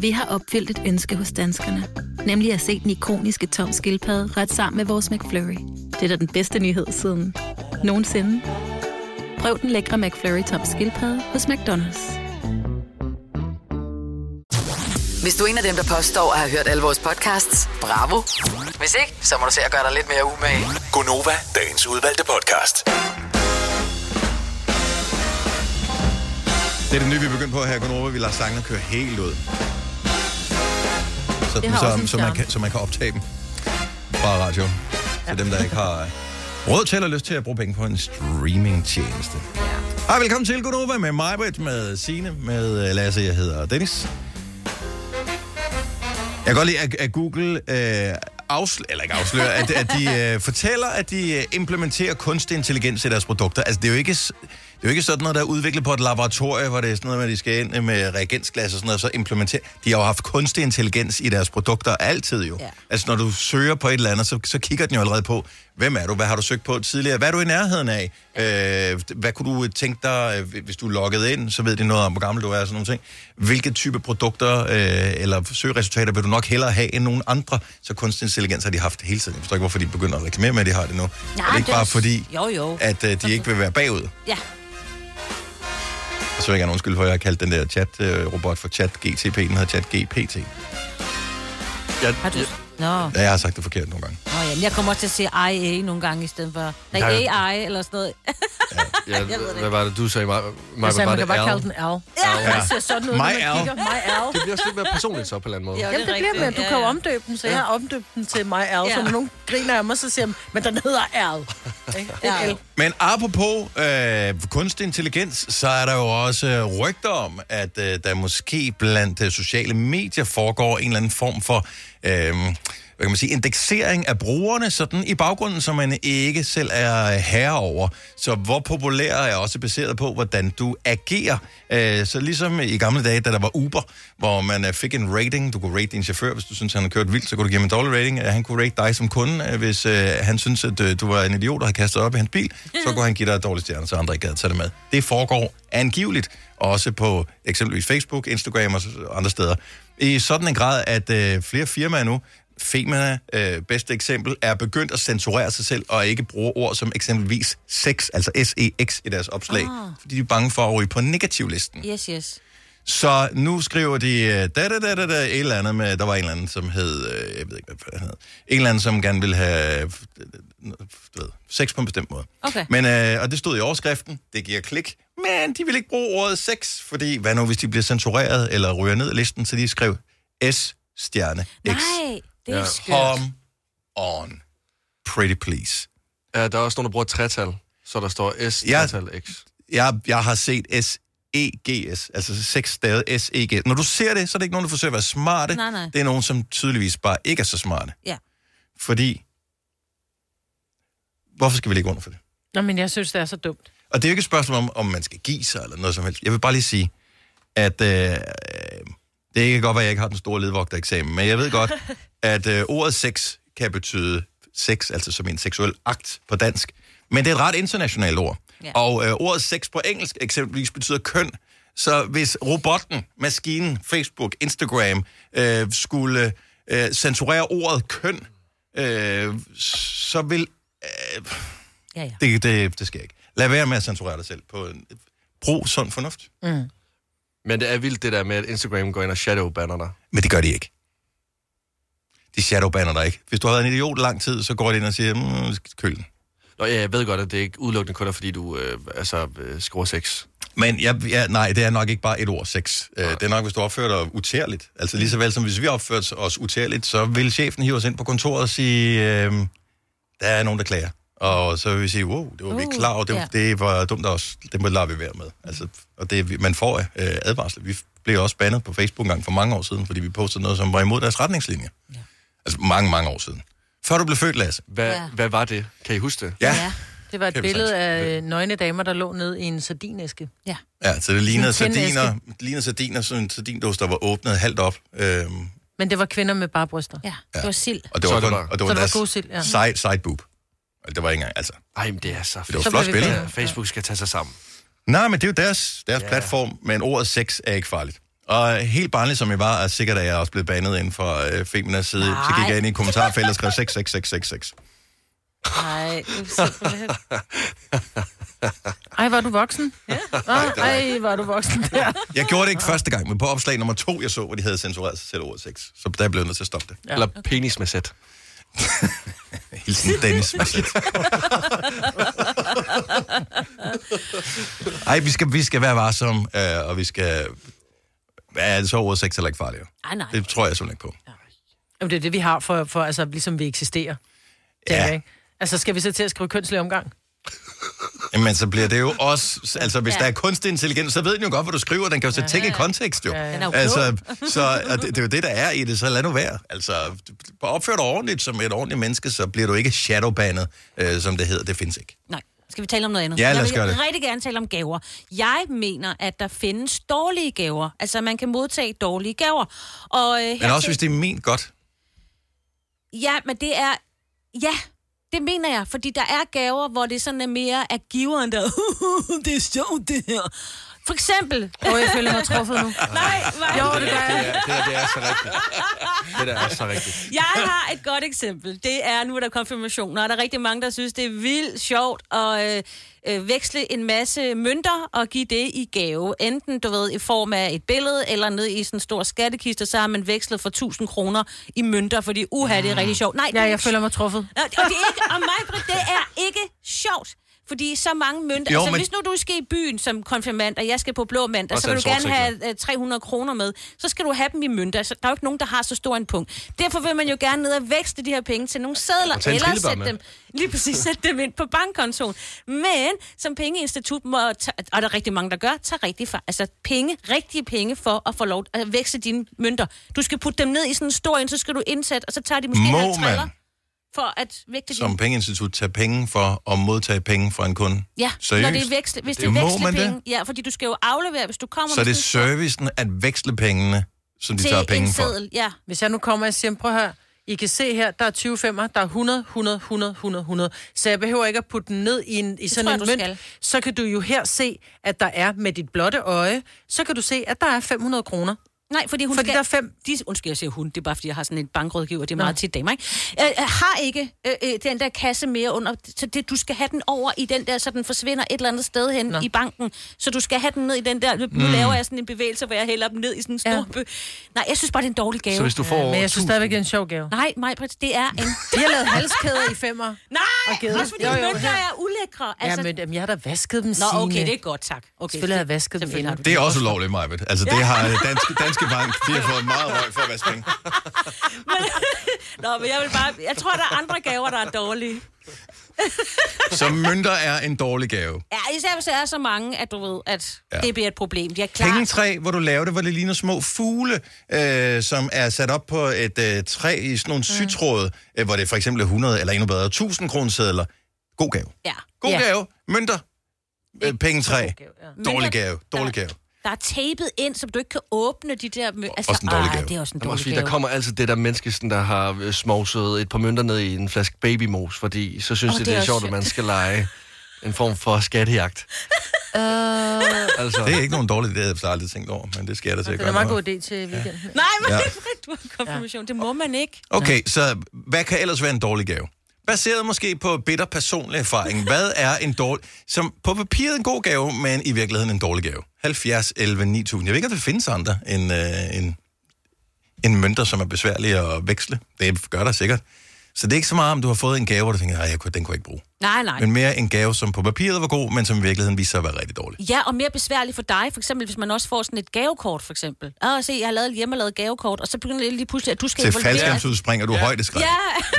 S17: Vi har opfyldt et ønske hos danskerne. Nemlig at se den ikoniske tom skildpadde ret sammen med vores McFlurry. Det er da den bedste nyhed siden nogensinde. Prøv den lækre McFlurry tom skildpadde hos McDonald's.
S5: Hvis du er en af dem, der påstår at have hørt alle vores podcasts, bravo. Hvis ikke, så må du se at gøre dig lidt mere umage.
S14: Gonova, dagens udvalgte podcast.
S1: Det er det nye, vi er begyndt på her i Konoba. Vi lader sangene køre helt ud. Så,
S6: Det har også
S1: så,
S6: en
S1: så, man
S6: charme.
S1: kan, så man kan optage dem fra radio. Så dem, der ikke har øh, råd til eller lyst til at bruge penge på en streamingtjeneste. Hej, velkommen til Gunova med mig, Britt, med Sine, med øh, Lasse, jeg hedder Dennis. Jeg kan godt lide, at, at Google øh, afslører, eller ikke afslører, at, at de øh, fortæller, at de øh, implementerer kunstig intelligens i deres produkter. Altså, det er jo ikke, s- det er jo ikke sådan noget, der er udviklet på et laboratorium, hvor det er sådan noget, med, at de skal ind med reagensglas og sådan noget, så implementerer. De har jo haft kunstig intelligens i deres produkter altid jo. Ja. Altså, når du søger på et eller andet, så, så kigger den jo allerede på, hvem er du, hvad har du søgt på tidligere, hvad er du i nærheden af, øh, hvad kunne du øh, tænke dig, øh, hvis du er logget ind, så ved de noget om, hvor gammel du er og sådan nogle ting. Hvilke type produkter øh, eller søgeresultater vil du nok hellere have end nogen andre? Så kunstig intelligens har de haft hele tiden. Jeg forstår ikke, hvorfor de begynder at reklamere med, at de har det nu. Nej, er det ikke bare fordi,
S3: Jo, jo.
S1: at øh, de ikke vil være bagud?
S3: Ja.
S1: Og så vil jeg gerne undskylde for, at jeg har kaldt den der chat-robot for chat-GTP, den hedder chat-GPT. Jeg,
S3: Har du... Nå.
S1: ja, jeg har sagt det forkert nogle gange.
S3: Nå ja, men jeg kommer også til at sige IA nogle gange i stedet for... Nej,
S2: Ja, ja.
S3: AI eller sådan noget.
S2: Ja,
S3: ved det
S2: hvad var det, du sagde? Mig,
S4: Jeg sagde,
S2: var
S4: man kan bare
S2: Al?
S4: kalde den Al.
S2: Ja.
S4: Ja, det ser sådan ud, når
S2: My
S4: man
S2: Al.
S4: kigger. My Al.
S2: Det bliver også lidt mere personligt så på en eller anden måde.
S4: Jamen, det bliver med, at du kan jo omdøbe den, så jeg har omdøbt den til My Al. Så når nogen griner af mig, så siger de, men den hedder Al. Ikke? Det er Al.
S1: Men apropos øh, kunstig intelligens, så er der jo også øh, rygter om, at øh, der måske blandt øh, sociale medier foregår en eller anden form for øh, hvad kan man sige, indeksering af brugerne sådan i baggrunden, som man ikke selv er øh, herre over. Så hvor populær er også baseret på, hvordan du agerer. Øh, så ligesom i gamle dage, da der var Uber, hvor man øh, fik en rating, du kunne rate din chauffør, hvis du synes, han har kørt vildt, så kunne du give ham en dårlig rating. Øh, Han kunne rate dig som kunde, øh, hvis øh, han synes, at øh, du var en idiot og havde kastet op i hans bil, så kunne han give dig et dårligt stjerne, så andre ikke gad tage det med. Det foregår angiveligt, også på eksempelvis Facebook, Instagram og s- andre steder. I sådan en grad, at øh, flere firmaer nu, Femina, øh, bedste eksempel, er begyndt at censurere sig selv og ikke bruge ord som eksempelvis sex, altså S-E-X i deres opslag,
S3: Ah.
S1: ah. fordi de er bange for at ryge på negativlisten.
S3: Yes, yes.
S1: Så nu skriver de øh, da, da, da, da, da, et eller andet med, der var en eller anden, som hed, øh, jeg ved ikke, hvad fanden han hed, en eller anden, som gerne ville have, øh, du ved, sex på en bestemt måde.
S6: Okay.
S1: Men, øh, og det stod i overskriften, det giver klik, men de vil ikke bruge ordet sex, fordi hvad nu, hvis de bliver censureret eller ryger ned af listen, så de skrev S-stjerne X.
S3: Nej, det er skørt.
S1: Come on. Pretty please.
S2: Ja, der er også nogen, der bruger et tretal, så der står S,
S1: Ja.
S2: tretal, X.
S1: Jeg, jeg har set S-E-G-S, altså seks stavet S-E-G-S. Når du ser det, så er det ikke nogen, der forsøger at være smarte.
S3: Nej, nej.
S1: Det er nogen, som tydeligvis bare ikke er så smarte.
S3: Ja.
S1: Fordi... Hvorfor skal vi ligge under for det?
S4: Nå, men jeg synes, det er så dumt.
S1: Og det er jo ikke et spørgsmål om, om man skal give sig eller noget som helst. Jeg vil bare lige sige, at øh, det kan godt være, at jeg ikke har den store ledvogtereksamen, men jeg ved godt, at øh, ordet sex kan betyde sex, altså som en seksuel akt på dansk. Men det er et ret internationalt ord.
S6: Ja.
S1: Ja. Og øh, ordet sex på engelsk eksempelvis betyder køn. Så hvis robotten, maskinen, Facebook, Instagram øh, skulle øh, censurere ordet køn, øh, så vil... Øh,
S3: ja, ja.
S1: Det, det, det sker ikke. Lad være med at censurere dig selv. På en, brug sund fornuft.
S4: Mm.
S2: Men det er vildt det der med, at Instagram går ind og shadowbanner dig.
S1: Men det gør de ikke. De shadowbanner dig ikke. Hvis du har været en idiot lang tid, så går de ind og siger, mm, køl den.
S2: Nå ja, jeg ved godt, at det ikke udelukkende kun er, fordi du øh, altså, øh, scorer 6.
S1: Men jeg, ja, nej, det er nok ikke bare et ord, sex. Øh, Det er nok, hvis du opfører dig utærligt. Altså lige så vel som hvis vi opførte os utærligt, så vil chefen hive os ind på kontoret og sige, øh, "Øhm, der er nogen, der klager. Og så vil vi sige, wow, det var vi ikke klar over, det,
S6: ja.
S1: det var dumt af os, det må lader vi være med. Altså, og det, man får øh, advarsler. Vi blev også bandet på Facebook en gang for mange år siden, fordi vi postede noget, som var imod deres retningslinjer. Ja. Altså mange, mange år siden. Før du blev født, Lasse.
S2: Hvad,
S4: Ja.
S2: hvad var det? Kan I huske det?
S1: Ja.
S4: Det var et
S1: Kan vi
S4: billede af øh, nøgne damer, der lå ned i en sardinæske. Ja.
S1: Ja, så det lignede
S4: Sådan en tændæske.
S1: sardiner, det lignede sardiner, sådan en sardindås, der var åbnet halvt op. Øhm,
S4: Men det var kvinder med bare bryster. Ja, det var sild.
S1: og det var, kun, og det var,
S4: så det
S1: deres
S4: var god sild, ja.
S1: side, side boob. Og Det var ikke engang, altså.
S2: Ej, men det er så
S1: Det var
S2: fedt.
S1: et flot
S2: Så bliver vi
S1: billede.
S2: glade. Facebook skal tage sig sammen.
S1: Nej, men det er jo deres, deres
S2: Ja.
S1: yeah. platform, men ordet sex er ikke farligt. Og helt barnlig som jeg var, er sikkert, at jeg også blev bandet inden for øh, Feminas side. Nej. Så gik jeg ind i kommentarfeltet og skrev 66666.
S4: Nej, simpelthen. Ej, var du voksen? Ja. Ej, var du voksen der.
S1: Jeg gjorde det ikke første gang, men på opslag nummer to, jeg så, hvor de havde censureret sig selv ordet sex. Så der blev jeg nødt til at stoppe det.
S4: Ja.
S2: Eller penis med sæt.
S1: Hilsen Dennis med sæt. Ej, vi skal, vi skal være varsomme, øh, og vi skal... Hvad er det så ordet sex heller ikke farligt?
S4: Ej, nej.
S1: Det tror jeg simpelthen ikke på.
S4: Jamen, det er det, vi har for, for altså, ligesom vi eksisterer.
S1: Ja.
S4: Ja. Ikke? Altså, skal vi så til at skrive kønslig omgang?
S1: Jamen, så bliver det jo også... Altså, hvis
S4: Ja.
S1: ja. der er kunstig intelligens, så ved den jo godt, hvad du skriver. Den kan jo så tænke i kontekst, jo.
S4: Ja, ja. Den er jo
S1: Altså, så og det, det er jo det, der er i det, så lad nu være. Altså, opfør dig ordentligt som et ordentligt menneske, så bliver du ikke shadowbandet, øh, som det hedder. Det findes ikke.
S3: Nej, skal vi tale om noget andet?
S1: Ja, lad os
S3: jeg
S1: gøre
S3: vil
S1: det.
S3: rigtig gerne tale om gaver. Jeg mener, at der findes dårlige gaver. Altså, man kan modtage dårlige gaver. Og, øh,
S1: Men også, hvis det er ment godt.
S3: Ja, men det er... Ja, det mener jeg, fordi der er gaver, hvor det sådan er mere af giveren, der... det er sjovt, det her. For eksempel...
S4: Åh, jeg føler mig truffet nu.
S3: Nej, nej.
S4: Jo, det gør jeg.
S2: Det, der, det er så rigtigt. Det der er så rigtigt.
S3: Jeg har et godt eksempel. Det er, nu er der konfirmationer, og der er rigtig mange, der synes, det er vildt sjovt at øh, øh, veksle en masse mønter og give det i gave. Enten, du ved, i form af et billede, eller ned i sådan en stor skattekiste, så har man vekslet for 1000 kroner i mønter, fordi uha, det er rigtig sjovt. Nej,
S4: Ja,
S3: det er
S4: jeg
S3: ikke-
S4: føler mig truffet.
S3: Ja, Og, det er ikke, og mig, Britt, det er ikke sjovt. Fordi så mange mønter... Jo,
S4: Jo,
S3: altså, men...
S4: men-
S3: hvis nu du skal i byen som konfirmand, og jeg skal på blå mandag,
S4: Og
S3: så vil du
S4: tage en
S3: gerne have øh, 300 kroner med. Så skal du have dem i mønter. Så der er jo ikke nogen, der har så stor en punkt. Derfor vil man jo gerne ned og vækste de her penge til nogle sædler,
S6: Og tage en
S3: eller
S6: trillebør
S3: sætte
S6: med.
S3: dem, lige præcis sætte dem ind på bankkontoen. Men som pengeinstitut må, tage, og der er rigtig mange, der gør, tager rigtig far, altså penge, rigtige penge for at få lov at vækste dine mønter. Du skal putte dem ned i sådan en stor en, så skal du indsætte, og så tager de måske
S1: Må
S3: halv triller
S1: man?
S3: for at vægte
S1: Som
S3: dine
S1: pengeinstitut tager penge for at modtage penge fra en kunde.
S3: Ja,
S1: Seriøst?
S3: når det er veksle, hvis det,
S1: Må
S3: er veksle
S1: man det?
S3: penge. Ja, fordi du skal jo aflevere, hvis du kommer
S1: Så er
S3: med
S1: det
S3: sådan en
S1: servicen at veksle pengene, som de
S3: Til
S1: tager
S3: en
S1: penge for.
S3: seddel, ja.
S4: Hvis jeg nu kommer og siger, prøv at høre, I kan se her, der er 20 femmer, der er 100, 100, 100, 100, 100. Så jeg behøver ikke at putte den ned i, en, i sådan
S3: tror jeg,
S4: en
S3: du
S4: mønt.
S3: skal.
S4: Så kan du jo her se, at der er med dit blotte øje, så kan du se, at der er 500 kroner.
S3: Nej, fordi hun
S4: fordi
S3: skal...
S4: der er fem...
S3: De, undskyld, jeg siger hun, det er bare, fordi jeg har sådan en bankrådgiver, det er meget tit damer, ikke? Øh, øh, har ikke øh, øh, den der kasse mere under, så det, du skal have den over i den der, så den forsvinder et eller andet sted hen Nå. i banken, så du skal have den ned i den der, nu
S2: Mm.
S3: mm. laver jeg sådan en bevægelse, hvor jeg hælder dem ned i sådan en stor ja. bø. Nej, jeg synes bare, det er en dårlig gave.
S2: Så hvis du får
S4: Men jeg synes
S2: 1000
S4: stadigvæk, det er en sjov gave.
S3: Nej, Majbrit, det er en...
S4: Vi har lavet halskæder i femmer.
S3: Nej,
S4: og geder.
S3: også fordi
S4: Jo, jo,
S3: mønter
S4: her.
S3: er ulækre.
S4: Altså... Ja, men jamen, jeg har da vasket dem,
S3: Nå,
S4: Signe.
S3: okay, det er godt, tak. Okay,
S4: Selvfølgelig har jeg vasket dem. inden.
S1: Det er også ulovligt, Majbet. Altså, det
S4: Ja.
S1: har Danske, Danske Bank, de har fået meget røg for at vaske penge.
S3: Nå, men jeg vil bare... Jeg tror, der er andre gaver, der er dårlige.
S1: Så mønter er en dårlig gave.
S3: Ja, især hvis der er så mange, at du ved, at ja. det bliver et problem. Jeg er klar.
S1: Pengetræ, hvor du laver det, hvor det ligner små fugle, øh, som er sat op på et øh, træ i sådan nogle sytråde, øh, hvor det for eksempel er 100 eller endnu bedre 1000 kronesedler. God gave.
S3: Ja.
S1: God
S3: ja.
S1: gave. Mønter. Øh, pengetræ. Dårlig gave. Dårlig gave.
S3: Der er tapet ind, som du ikke kan åbne de der... mø- Altså,
S2: Også en dårlig
S3: ej,
S2: gave.
S3: det er også en
S2: Jamen,
S3: dårlig
S2: fordi
S3: gave.
S2: Der kommer altid det der menneske, sådan, der har øh, smovset et par mønter ned i en flaske babymos, fordi så synes
S3: Åh,
S2: oh, de,
S3: det
S2: det
S3: er
S2: er
S3: også
S2: sjovt, at man
S3: sødt.
S2: skal lege en form for skattejagt.
S4: Øh,
S2: Altså.
S1: Det er ikke nogen dårlig idé, jeg har aldrig tænkt over, men det sker der til at
S4: det er
S1: gøre.
S4: en meget
S1: noget.
S4: god idé til weekenden. Ja.
S3: Nej, men
S1: Ja.
S3: ja. du har konfirmation. Det må man ikke.
S1: Okay, så hvad kan ellers være en dårlig gave? Baseret måske på bitter personlig erfaring, hvad er en dårlig... Som på papiret en god gave, men i virkeligheden en dårlig gave. 70, 11, 9000. Jeg ved ikke, om det findes andre end, øh, end, end mønter, som er besværlige at veksle. Det gør der sikkert. Så det er ikke så meget, om du har fået en gave, og du tænker, at den kunne jeg ikke bruge.
S3: Nej, nej.
S1: Men mere en gave, som på papiret var god, men som i virkeligheden viste sig at være rigtig dårlig.
S3: Ja, og mere besværligt for dig, for eksempel, hvis man også får sådan et gavekort, for eksempel. Ah, se, jeg har lavet et hjemmelavet gavekort, og så begynder det lige pludselig, at du skal
S1: Til
S3: involveres.
S1: faldskærmsudspring, og du er højdeskræk.
S3: Ja.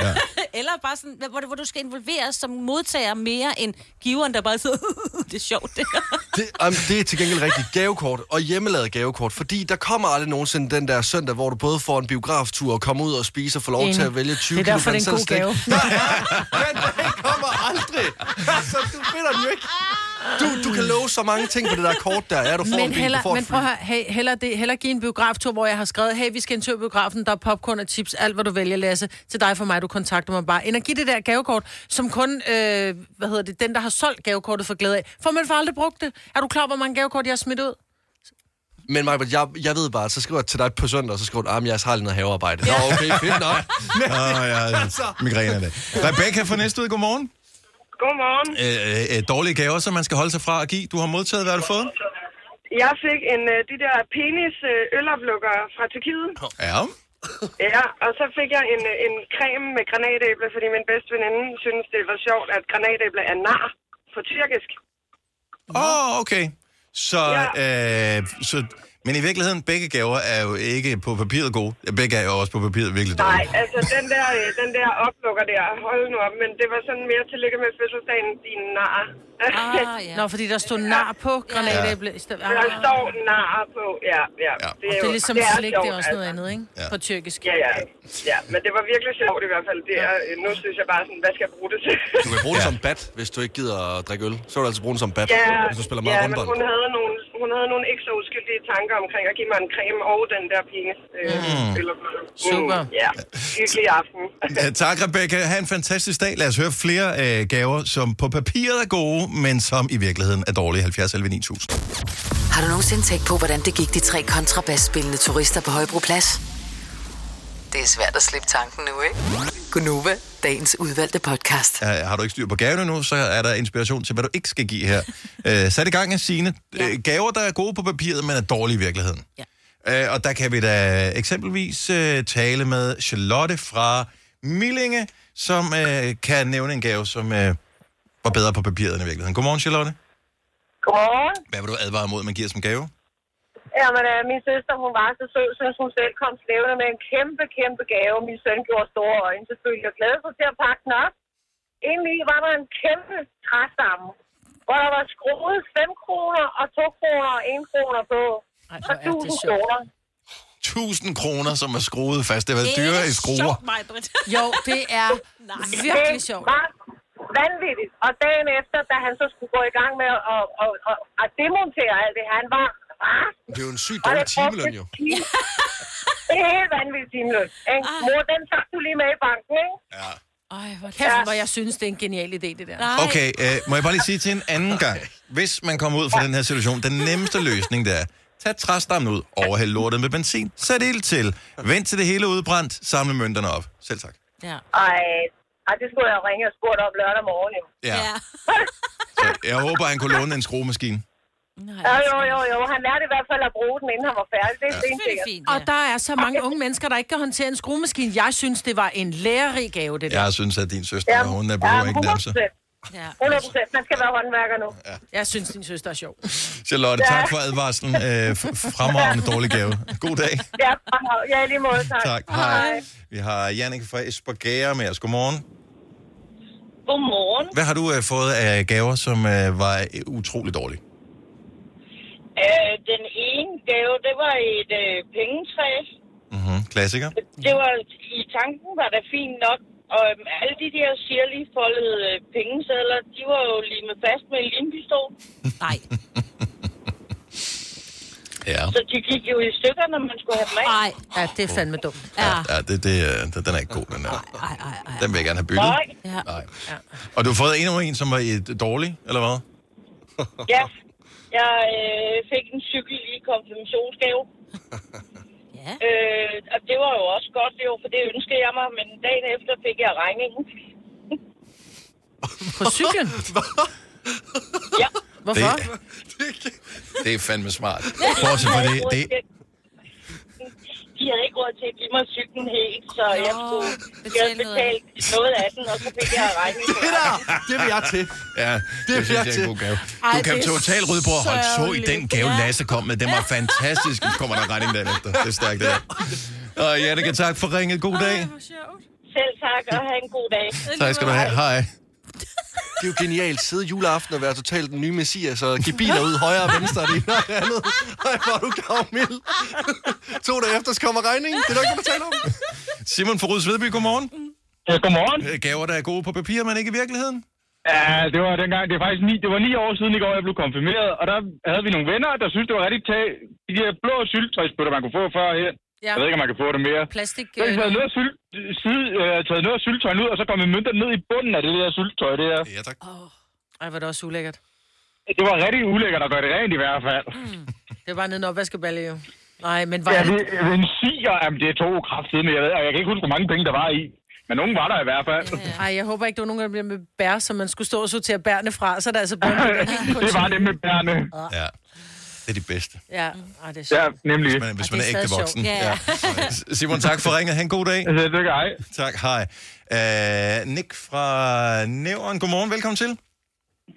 S1: Ja.
S3: ja. Eller bare sådan, hvor, hvor du skal involveres som modtager mere end giveren, der bare sidder, det er sjovt, det her.
S2: Det, jamen, det er til gengæld rigtigt gavekort og hjemmelavet gavekort, fordi der kommer aldrig nogensinde den der søndag, hvor du både får en biograftur og kommer ud og spiser og får lov
S4: Enig.
S2: til at vælge 20
S4: Det er derfor,
S2: kilo
S4: det er en god
S2: panselstik.
S4: gave.
S2: kommer aldrig. Altså, du finder den jo ikke.
S3: Ah!
S2: Du, du kan love så mange ting på det der kort der. Ja, du får en
S4: Men,
S2: bil, du
S4: heller,
S2: får
S4: men
S2: et fly.
S4: prøv at høre, hey, heller, det, heller give en biograftur, hvor jeg har skrevet, hey, vi skal en tur i biografen, der er popcorn og chips, alt hvad du vælger, Lasse. Til dig for mig, du kontakter mig bare. End at give det der gavekort, som kun, øh, hvad hedder det, den, der har solgt gavekortet for glæde af. For man får aldrig brugt det. Er du klar, hvor mange gavekort jeg har smidt ud?
S2: Men Michael, jeg, jeg ved bare, så skriver jeg til dig på søndag, og så skriver du, at jeg har lige noget havearbejde. Nå, okay, fedt nok.
S1: Åh, ja, øh,
S18: Altså.
S1: migræne af det. Rebecca fra Næstved, godmorgen.
S18: Godmorgen.
S1: Øh, øh, dårlige gaver, som man skal holde sig fra at give. Du har modtaget, hvad har du fået?
S18: Jeg fik en, øh, de der penis øh, øloplukker fra Tyrkiet.
S1: Ja.
S18: Ja, og så fik jeg en, øh, en creme med granatæble, fordi min bedste veninde synes, det var sjovt, at granatæble er nar på tyrkisk.
S1: Åh, oh, okay. Så, øh, så, men i virkeligheden, begge gaver er jo ikke på papiret gode. Begge er jo også på papiret virkelig dårlige.
S18: Nej, altså den der, øh, den der oplukker der, hold nu op, men det var sådan mere tillykke med fødselsdagen, din nar.
S4: Ah, ja. Nå, fordi der stod nar på granatæble. Ja. Ah.
S18: Der står nar på, ja, ja. ja.
S4: Det er, det er ligesom
S18: jo-
S4: slik, det
S18: sjovt,
S4: er også noget andet,
S18: altså.
S4: ikke? Ja. På tyrkisk.
S18: Ja, ja. Ja, men det var virkelig sjovt i hvert fald. Det er, øh, nu synes jeg bare sådan, hvad skal jeg bruge det til?
S2: Du kan bruge ja. det som bat, hvis du ikke gider at drikke øl. Så vil du altså bruge den som bat,
S18: Ja,
S2: hvis du spiller meget
S18: ja men
S2: rundbold.
S18: hun havde, nogle, hun havde nogle ikke så uskyldige tanker omkring at give mig en creme og den der penis. Øh,
S1: Mm.
S18: øloplukker.
S1: Super.
S18: Mm, ja, hyggelig aften.
S1: Ja, Øh, tak, Rebecca. Ha' en fantastisk dag. Lad os høre flere øh, gaver, som på papiret er gode, men som i virkeligheden er dårlige. 70 11 9000.
S5: Har du nogensinde tænkt på, hvordan det gik de tre kontrabasspillende turister på Højbroplads? Det er svært at slippe tanken nu, ikke? Gunova, dagens udvalgte podcast.
S1: Øh, Har du ikke styr på gaven endnu, så er der inspiration til, hvad du ikke skal give her. Øh, Sat i gang af sine ja. gaver, der er gode på papiret, men er dårlige i virkeligheden. Ja. Og der kan vi da eksempelvis øh, tale med Charlotte fra Millinge, som øh, kan nævne en gave, som øh, var bedre på papiret end i virkeligheden. Godmorgen, Charlotte.
S12: Godmorgen.
S1: Hvad vil du advare mod, man giver som gave?
S12: Jamen, øh, min søster, hun var så sød, synes hun selv kom slævende med en kæmpe, kæmpe gave. Min søn gjorde store øjne, selvfølgelig, og glædede sig til at pakke den op. Indeni var der en kæmpe træstamme, hvor der var skruet 5 kroner og 2 kroner og 1 kroner på. og 1000 kroner.
S1: 1000 kroner, som er skruet fast. Det har været dyrere i skruer.
S4: Jo, det er virkelig sjovt.
S12: Det var vanvittigt. Og dagen efter, da han så skulle gå i gang med at, at, at, at, at demontere alt det her, han var rasende.
S2: Det er jo en sygt
S12: Og
S2: dårlig
S12: det brugte
S2: timeløn, jo.
S12: time- Det er helt vanvittigt timeløn. ikke? Mor, den tager du lige med i banken, ikke?
S1: Ja.
S4: Ej, hvor kæft, hvor jeg synes, det er en genial idé, det der. Nej.
S1: Okay, øh, må jeg bare lige sige til en anden gang. Hvis man kommer ud fra den her situation, den nemmeste løsning, det er, tag træstammen ud, overhæld lortet med benzin, sæt ild til, vent til det hele er udbrændt, samle mønterne op. Selv tak.
S12: Ja. Ej, ej, det skulle jeg jo ringe og spurgt om lørdag morgen, jo.
S1: Ja. Så jeg håber, han kunne låne en skruemaskine.
S12: Jo, jo, jo, jo. Han lærte i hvert fald at bruge den, inden han var færdig. Det er ja. sikkert.
S4: Og der er så mange unge mennesker, der ikke kan håndtere en skruemaskine. Jeg synes, det var en lærerig gave, det der.
S1: Jeg synes, at din søster, hun er behøver ikke nærme sig.
S12: 100%.
S4: Ja.
S12: 100%. Man skal være håndværker nu.
S1: Ja.
S4: Jeg synes, din søster er sjov.
S1: Charlotte, tak for advarslen. Øh, f- fremragende dårlig gave. God dag.
S12: Ja, fremragende. ja i lige måde, tak.
S1: Tak. Hej. Vi har Jannik fra Esbergære med os. Godmorgen.
S19: Godmorgen.
S1: Hvad har du øh, fået af gaver, som øh, var øh, utrolig dårlige?
S19: Øh, den ene gave, det var et øh, pengetræ.
S1: Mm, klassiker?
S19: Det var, i tanken var det fint nok. Og øhm, alle de der sirlig foldede øh, pengesedler, de var jo limet fast med en limpistol. Nej.
S1: Ja.
S19: Så de gik jo i stykker, når man skulle have dem af. Nej.
S4: Ja, det er fandme dumt.
S19: Ja.
S1: Ja, det, det, øh, den- den er ikke god, den der.
S4: Ej, ej, ej.
S1: Den vil jeg gerne have byttet.
S19: Nej.
S4: Ja.
S1: Nej. Og du har fået endnu en, som var i et dårlig, eller hvad?
S19: Ja. Jeg øh, fik en cykel i konfirmationsgave. ja. Øh, og det var jo også godt, jo, for det ønskede jeg mig, men dagen efter fik jeg regningen.
S4: På cyklen?
S19: ja.
S1: Hvorfor? Det er fandme smart. Bortset fra det, det
S19: De havde ikke råd til at give mig cyklen helt, så jeg skulle jeg betale noget af den, og så fik jeg regning på det. Der,
S2: det vil jeg til.
S1: Ja, det, det
S2: jeg
S1: synes jeg er
S2: til.
S1: en god gave.
S19: Ej,
S1: Du kan
S19: det er
S1: totalt rydde på at holde så i den
S19: sørgeligt.
S1: gave,
S19: Ja.
S1: Lasse kom med. Den var fantastisk. Så kommer der regning derefter. Det er stærkt, det der. Og Janneke, tak for ringet. God dag.
S19: Selv tak, og have en god dag.
S1: Tak skal du have. Hej.
S2: Det er jo genialt. Sidde juleaften og være totalt den nye messias og give biler ud højre og venstre og det ene og det andet. Ej, hvor er du gavmild. to dage efter så kommer regningen. Det er der ikke, du betaler om.
S1: Simon fra Ruds Vedby, godmorgen. Øh,
S20: Ja, godmorgen.
S1: Gaver, der er gode på papir, men ikke i virkeligheden.
S20: Ja, det var dengang, det er faktisk ni, det var ni år siden i går, jeg blev konfirmeret, og der havde vi nogle venner, der syntes, det var rigtig tag. De der blå syltøjsbøtter, man kunne få før her.
S4: Ja.
S20: Ja. Jeg ved ikke, om man kan få det mere.
S4: Plastik...
S20: Så har vi taget noget, af sylt, side, øh, taget noget af syltøjen ud, og så kom vi mønterne ned i bunden af det der syltøj der.
S1: Ja, tak.
S4: Ej, hvor er det også ulækkert.
S20: Det var rigtig ulækkert at gøre det rent i hvert fald.
S4: Det var nede en opvaskeballe, jo. Nej, men var
S20: Ja, det,
S4: det...
S20: det er en siger, jamen, det er to kraftede, men jeg ved, og jeg kan ikke huske, hvor mange penge der var i. Men nogen var der i hvert fald.
S4: Ej, jeg håber ikke, der var nogen, der bliver med bær, som man skulle stå og sortere bærene fra, så er der altså bundet.
S20: det var det med bærne.
S1: Ja. Det er de bedste.
S4: Ja,
S3: Mm.
S4: Ej, det er
S20: Ja, nemlig.
S1: Hvis man, hvis
S4: Ej,
S1: man er
S4: det er
S1: ægte
S4: stadig
S1: voksen.
S4: sjovt. Ja,
S1: S- Simon, tak for ringet. Ha' en god dag.
S20: Ja, det hej.
S1: Tak, hej. Uh, Nick fra Nævren, godmorgen. Velkommen til.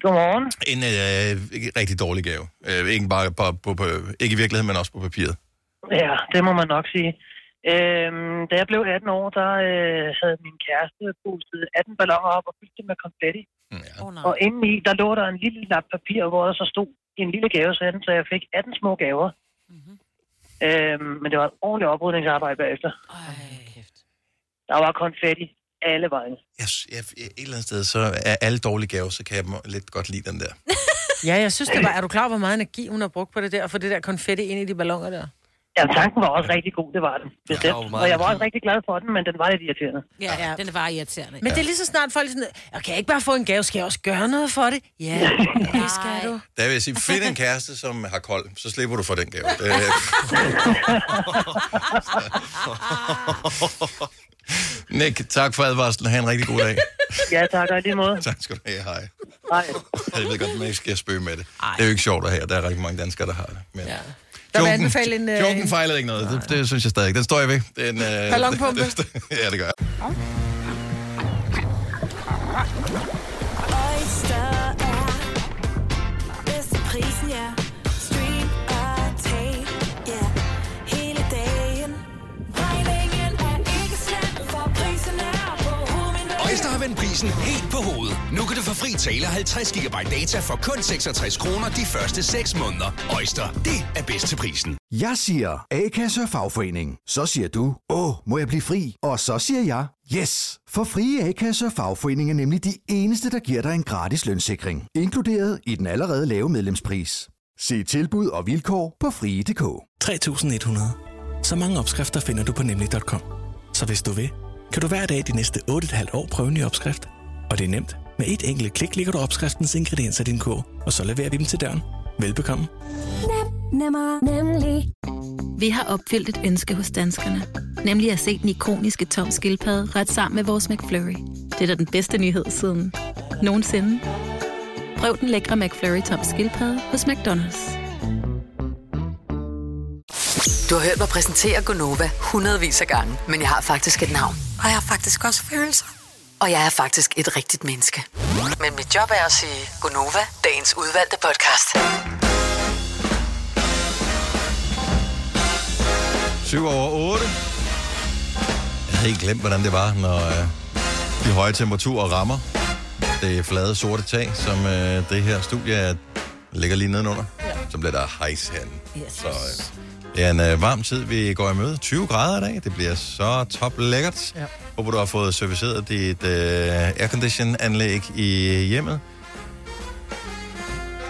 S20: Godmorgen.
S1: En uh, rigtig dårlig gave. Uh, ikke bare på, på, på, ikke i virkeligheden, men også på papiret.
S21: Ja, det må man nok sige. Øhm, da jeg blev 18 år, der øh, havde min kæreste pustet 18 balloner op og fyldt dem med konfetti.
S3: Mm,
S1: Ja.
S4: Oh,
S21: Og indeni, der lå der en lille lap papir, hvor der så stod en lille gavesætten, så jeg fik 18 små gaver. Mm-hmm.
S4: Mhm.
S21: Øhm, men det var et ordentligt oprydningsarbejde bagefter. Ej, der var konfetti alle vejen.
S1: Jeg, sy- jeg, jeg, et eller andet sted, så er alle dårlige gaver, så kan jeg må- lidt godt lide den der.
S4: Ja, jeg synes det var... Er du klar over, hvor meget energi hun har brugt på det der, for det der konfetti ind i de balloner der?
S21: Ja, tanken var også rigtig god, det var den. Bestemt.
S4: hvor
S21: Ja,
S4: meget
S21: og jeg var også rigtig glad for den, men den var lidt irriterende.
S3: Ja, ja. den var irriterende.
S4: Men det er lige så snart folk er sådan, jeg kan jeg ikke bare få en gave, skal jeg også gøre noget for det? Ja, det skal du.
S1: Der vil jeg sige, find en kæreste, som har kold, så slipper du for den gave. Det, Nick, tak for advarslen. Ha' en rigtig god dag.
S21: Ja, tak, og i lige måde.
S1: Tak skal du have. Hej.
S21: Hej.
S1: Jeg ved godt, man ikke skal spøge med det. Det er jo ikke sjovt at have. Der er rigtig mange danskere, der har det. Men... Ja.
S4: Der vil jeg
S1: Joken,
S4: anbefale en... øh,
S1: joken fejlede ikke noget. Det, det, synes jeg stadig. Den står jeg ved. Den, øh,
S4: Ballonpumpe.
S1: det- det- ja, det gør jeg.
S6: Oyster er bedst til prisen, ja. Stream og tag, ja. Hele dagen. Regningen er ikke slem, for prisen er på hovedet.
S14: Øjster har vendt prisen helt på hovedet. Nu kan du få fri tale 50 GB data for kun 66 kroner de første 6 måneder. Øjster, det er bedst til prisen.
S15: Jeg siger A-kasse og fagforening. Så siger du, åh, må jeg blive fri? Og så siger jeg, yes! For frie A-kasse og fagforening er nemlig de eneste, der giver dig en gratis lønssikring. Inkluderet i den allerede lave medlemspris. Se tilbud og vilkår på frie.dk.
S16: 3100. Så mange opskrifter finder du på nemlig.com. Så hvis du vil, kan du hver dag de næste 8,5 år prøve en ny opskrift. Og det er nemt. Med et enkelt klik ligger du opskriftens ingredienser i din kog, og så leverer vi dem til døren. Velbekomme.
S17: Nem, nemmer, nemlig. Vi har opfyldt et ønske hos danskerne. Nemlig at se den ikoniske tom skildpadde ret sammen med vores McFlurry. Det er da den bedste nyhed siden nogensinde. Prøv den lækre McFlurry tom skildpadde hos McDonald's.
S5: Du har hørt mig præsentere Gonova hundredvis af gange, men jeg har faktisk et navn. Og jeg har faktisk også følelser. Og jeg er faktisk et rigtigt menneske. Men mit job er at sige Gonova, dagens udvalgte podcast.
S1: 7 over 8. Jeg havde helt glemt, hvordan det var, når øh, de høje temperaturer rammer det flade sorte tag, som øh, det her studie er, ligger lige nedenunder. Ja. Så bliver der hejs herinde.
S6: Yes.
S1: Så øh, det er en øh, varm tid, vi går i møde. 20 grader i dag. Det bliver så top lækkert. Ja. Håber, du har fået serviceret dit øh, aircondition-anlæg i hjemmet.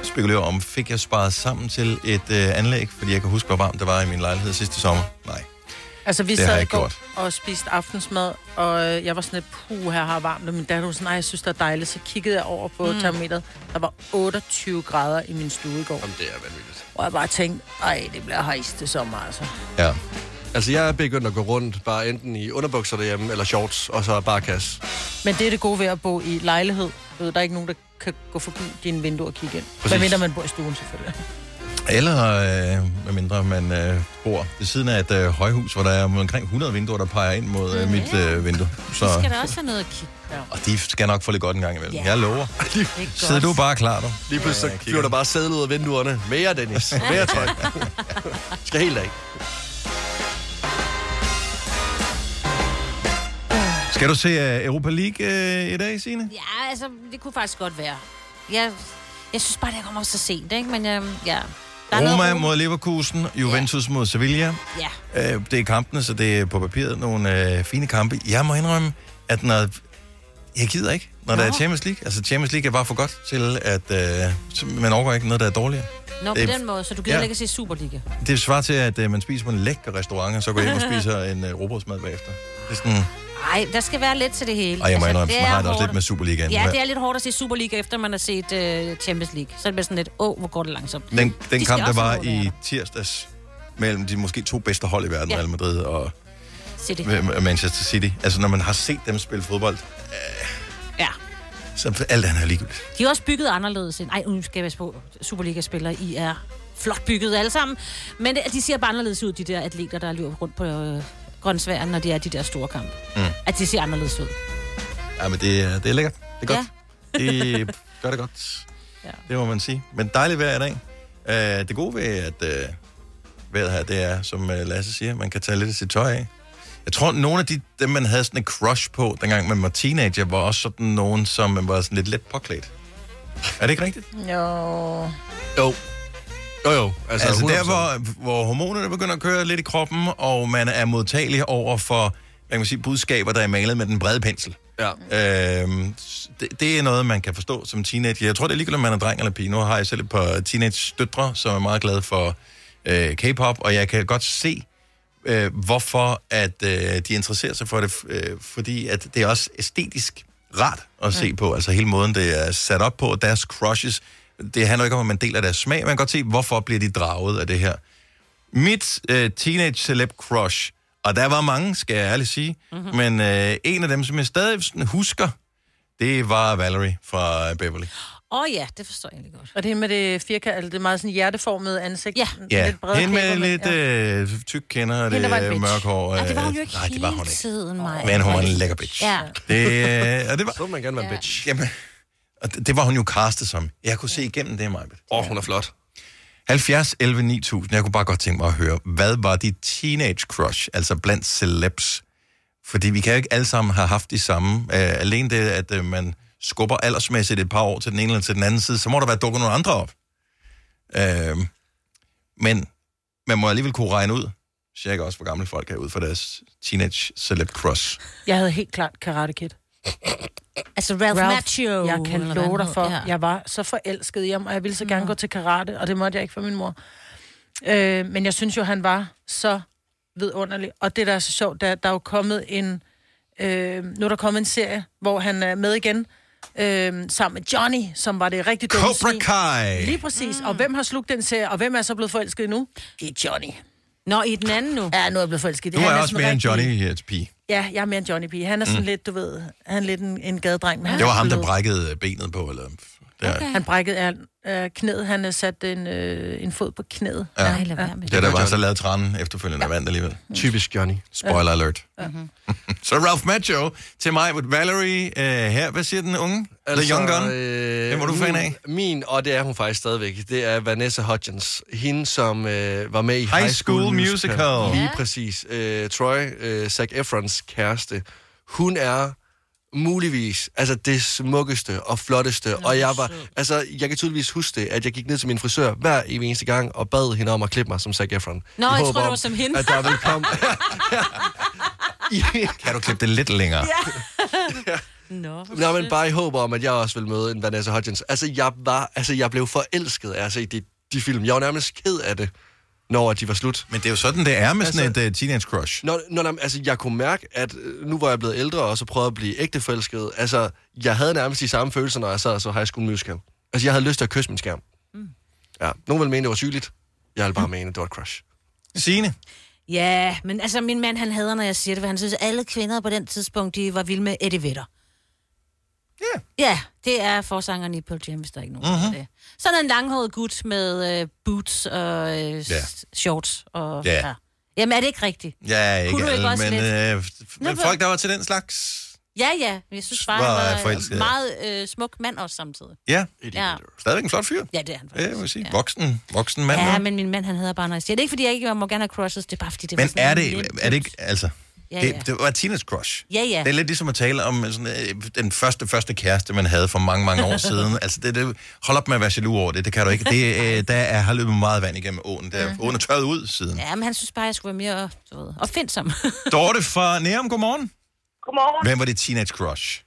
S1: Spekulerer om, fik jeg sparet sammen til et øh, anlæg, fordi jeg kan huske, hvor varmt det var i min lejlighed sidste sommer. Nej.
S4: Altså, vi
S1: Det har
S4: sad
S1: jeg
S4: i
S1: ikke
S4: går
S1: gjort.
S4: og spiste aftensmad, og øh, jeg var sådan lidt, puh, her har varmt, og min datter var sådan, nej, jeg synes, det er dejligt. Så kiggede jeg over på
S17: Mm.
S4: mm. termometeret, der var 28 grader i min stue i går. Jamen,
S2: det er vanvittigt.
S4: Og jeg bare tænkte, ej, det bliver hejst til sommer, altså.
S1: Ja.
S2: Altså, jeg er begyndt at gå rundt, bare enten i underbukser derhjemme, eller shorts, og så bare kasse.
S4: Men det er det gode ved at bo i lejlighed. Du ved, der er ikke nogen, der kan gå forbi dine vinduer og kigge ind. Hvad
S2: Præcis.
S4: mindre man bor i stuen, selvfølgelig.
S1: Eller øh, medmindre man øh, bor ved siden af et øh, højhus, hvor der er omkring 100 vinduer, der peger ind mod øh, mit øh, vindue. Så,
S3: Så skal der også have noget at kigge på.
S1: og de skal nok få lidt godt en gang imellem.
S3: Ja.
S1: Ja. Jeg lover. Sidder du bare klar, du?
S2: Lige pludselig så flyver der bare sædel ud af vinduerne. Mere, Dennis. Mere tøj. Skal helt af.
S1: Skal du se øh, Europa League øh, i dag, Signe?
S3: Ja, altså, det kunne faktisk godt være. Jeg, jeg synes bare, det kommer så sent, ikke? Men øhm, ja, der er
S1: Roma
S3: noget...
S1: mod Leverkusen, Juventus mod Sevilla.
S3: Ja.
S1: Øh, det er kampene, så det er på papiret nogle øh, fine kampe. Jeg må indrømme, at når... Jeg gider ikke, når Nå. der er
S3: Nå.
S1: Champions League. Altså, Champions League er bare for godt til, at øh, man overgår ikke noget, der er dårligere.
S3: Nå, på
S1: det,
S3: den måde, så du gider
S1: Ja.
S3: ja. ikke at se Superliga.
S1: Det svarer til, at øh, man spiser på en lækker restaurant, og så går hjem og spiser en øh, robotsmad bagefter. Det er sådan...
S3: Nej, der skal være lidt til det hele. Altså,
S1: Ej, jeg må indrømme,
S3: det
S1: man
S3: er
S1: har det også
S3: hårdt.
S1: lidt med Superligaen.
S3: Ja,
S1: Hvad-
S3: det er lidt hårdt at se Superliga, efter man har set øh, Champions League. Så er det bare sådan lidt, åh, hvor går det langsomt.
S1: Den,
S3: De
S1: den
S3: skal
S1: kamp, der
S3: også
S1: var
S3: have lov at
S1: i tirsdags mellem de måske to bedste hold i verden,
S3: Ja.
S1: ja. Real Madrid og
S3: Se det.
S1: øh, Manchester City. Altså, når man har set dem spille fodbold, øh,
S3: Ja.
S1: så er alt andet er ligegyldigt.
S3: De er også bygget anderledes. end- Ej, nu skal jeg passe på. Superliga-spillere, I er flot bygget alle sammen. Men det, de ser bare anderledes ud, de der atleter, der løber rundt på øh, grøntsværen, når de er i de der store kampe.
S1: Mm.
S3: At de ser anderledes ud.
S1: Ja, men det, er- det er lækkert. Det er godt. Ja. De gør det godt.
S3: Ja.
S1: Det må man sige. Men dejligt vejr i dag. Uh, det gode ved, at uh, vejret her, det er, som uh, Lasse siger, man kan tage lidt af sit tøj af. Jeg tror, nogle af de, dem, man havde sådan et crush på, dengang man var teenager, var også sådan nogen, som man var sådan lidt let påklædt. Er det ikke rigtigt?
S4: Jo.
S2: Jo. Jo, jo.
S1: Altså, altså der,
S2: 100%.
S1: hvor, hvor hormonerne begynder at køre lidt i kroppen, og man er modtagelig over for hvad kan man sige, budskaber, der er malet med den brede pensel.
S2: Ja.
S1: Øhm, s- det, det er noget, man kan forstå som teenager. Jeg tror, det er ligegyldigt, om man er dreng eller pige. Nu har jeg selv et par teenage-døtre, som er meget glade for øh, K-pop, og jeg kan godt se, øh, hvorfor at øh, de interesserer sig for det, f- øh, fordi at det er også æstetisk rart at se på, altså hele måden, det er sat op på, og deres crushes, det handler ikke om, at man deler deres smag, man kan godt se, hvorfor bliver de draget af det her. Mit øh, teenage celeb crush, og der var mange, skal jeg ærligt sige,
S4: Mhm.
S1: mm-hmm. men øh, en af dem, som jeg stadig sådan husker, det var Valerie fra øh, Beverly.
S3: Åh oh, ja, det forstår jeg egentlig godt.
S4: Og det med det firkant, eller det meget sådan hjerteformede ansigt.
S3: Ja.
S1: Ja, hende med
S4: kæber, men-
S1: lidt øh, tyk kender og
S4: Hende, der var en
S1: det øh,
S4: bitch.
S1: mørk hår.
S3: Ja, det var hun
S1: øh,
S3: jo ikke
S1: Nej, det var hun ikke.
S3: Tiden mig.
S1: Men hun var en lækker bitch.
S3: Ja.
S1: Det, øh, og det var, så
S2: man gerne være ja. bitch.
S1: Jamen, og det, det var hun jo castet som. Jeg kunne se igennem det, Maja.
S2: Åh, oh, hun er flot.
S1: 70, 11, 9000. Jeg kunne bare godt tænke mig at høre, hvad var dit teenage crush, altså blandt celebs? Fordi vi kan jo ikke alle sammen have haft de samme. Øh, alene det, at øh, man skubber aldersmæssigt et par år til den ene eller til den anden side, så må der være dukket nogle andre op. Øh, men man må alligevel kunne regne ud, cirka også, hvor gamle folk er ud for deres teenage celeb crush.
S4: Jeg havde helt klart Karate Kid.
S3: Altså Ralph, Macchio,
S4: Jeg kan
S3: eller hvad
S4: love
S3: han
S4: dig
S3: hed,
S4: for,
S3: ja.
S4: ja. jeg var så forelsket i ham, og jeg ville så gerne gå til karate, og det måtte jeg ikke for min mor. Øh, men jeg synes jo, han var så vidunderlig. Og det, der er så sjovt, der, der er jo kommet en... Øh, nu er der kommet en serie, hvor han er med igen, øh, sammen med Johnny, som var det rigtig dumme
S1: Cobra
S4: svin.
S1: Kai.
S4: Lige præcis. Mm. Og hvem har slugt den serie, og hvem er så blevet forelsket nu? Det er Johnny.
S3: Nå, i den anden nu?
S4: Ja, nu er jeg blevet forelsket. i det.
S1: Du
S4: Han
S1: er også
S4: sådan
S1: mere en
S4: rigtig-
S1: Johnny-pige.
S4: Ja, jeg er mere en Johnny P. Han er sådan
S1: Mm.
S4: mm. lidt, du ved, han er lidt en, en gadedreng. Men han
S1: Det
S4: er
S1: var ham, der
S4: blød.
S1: brækkede benet på, eller... Der. Okay.
S4: Han brækkede øh, knæet. Han øh, satte en, øh, en fod på knæet.
S1: Ja.
S4: Nej,
S3: lad være med
S1: Det der var så lavet trænen efterfølgende ja. vandt alligevel.
S2: Typisk Johnny.
S1: Spoiler
S2: Ja.
S1: alert.
S4: Mm-hmm.
S1: Så Ralph Macho til mig med Valerie øh, her. Hvad siger den unge? Altså, The Young Gun?
S2: Øh,
S1: Hvem var du fan af?
S2: Min, min, og det er hun faktisk stadigvæk, det er Vanessa Hudgens. Hende, som øh, var med i High,
S1: School Musical.
S2: Lige
S1: Ja.
S2: præcis. Øh, Troy, øh, Zac Efrons kæreste. Hun er muligvis altså det smukkeste og flotteste. Og jeg var, altså, jeg kan tydeligvis huske det, at jeg gik ned til min frisør hver evig eneste gang og bad hende om at klippe mig som Zac Efron.
S3: Nå, jeg
S2: håber
S3: tror, det
S2: om,
S3: var som hende.
S2: At der vil komme...
S1: kan du klippe det lidt længere?
S3: Nå.
S2: Nå, men bare i håb om, at jeg også vil møde en Vanessa Hudgens. Altså, jeg, var, altså, jeg blev forelsket af at se de, de film. Jeg var nærmest ked af det, når de var slut.
S1: Men det er jo sådan, det er med
S2: Altså-
S1: sådan et uh, teenage crush.
S2: Når, når, når, altså, jeg kunne mærke, at øh, nu var jeg blevet ældre, og så prøvede at blive ægteforelsket. Altså, jeg havde nærmest de samme følelser, når jeg sad og så High School Musical. Altså, jeg havde lyst til at kysse min skærm.
S3: Mm.
S2: Mm. Ja, nogen ville mene, det var sygeligt. Jeg ville bare mene, det var et crush.
S1: Mm. Signe?
S3: Ja, men altså min mand, han hader, når jeg siger det, for han synes, at alle kvinder på den tidspunkt, de var vilde med Eddie Vedder. Ja, det er forsangeren i Pearl Jam, hvis der er ikke nogen
S1: Mhm.
S3: uh-huh. det. Sådan en langhåret gut med øh, boots og øh, ja. shorts. Og,
S1: Ja.
S3: Jamen, er det ikke rigtigt?
S1: Ja, ikke
S3: Kunne du ikke
S1: alle,
S3: også
S1: men,
S3: lidt?
S1: øh, f- men folk, der var til den slags.
S3: Ja, ja. Jeg synes bare,
S1: Var
S3: han var
S1: forelsket,
S3: en
S1: ja.
S3: meget øh, smuk mand også samtidig.
S1: Ja,
S3: Ja.
S1: stadigvæk en flot fyr.
S3: Ja, det er han
S1: Ja, jeg vil sige. Voksen, voksen mand.
S3: Ja,
S1: hva'?
S3: men min mand, han hedder bare Nice. Det er ikke, fordi jeg ikke var Morgana Crushes, det er bare, fordi det var
S1: Men
S3: sådan
S1: er
S3: en
S1: det,
S3: lille-
S1: er det ikke, altså...
S3: Ja, ja.
S1: Det, det var Tinas crush.
S3: Ja, ja.
S1: Det er lidt ligesom at tale om sådan, øh, den første, første kæreste, man havde for mange, mange år siden. Altså, det, det, hold op med at være jaloux over det. Det kan du ikke. Det, øh, der er, har løbet meget vand igennem åen. Der,
S3: Ja.
S1: Åen er tørret ud siden.
S3: Ja, men han synes bare, jeg skulle være mere du ved, opfindsom.
S1: Dorte fra Nærum, godmorgen.
S12: Godmorgen.
S1: Hvem var dit teenage crush?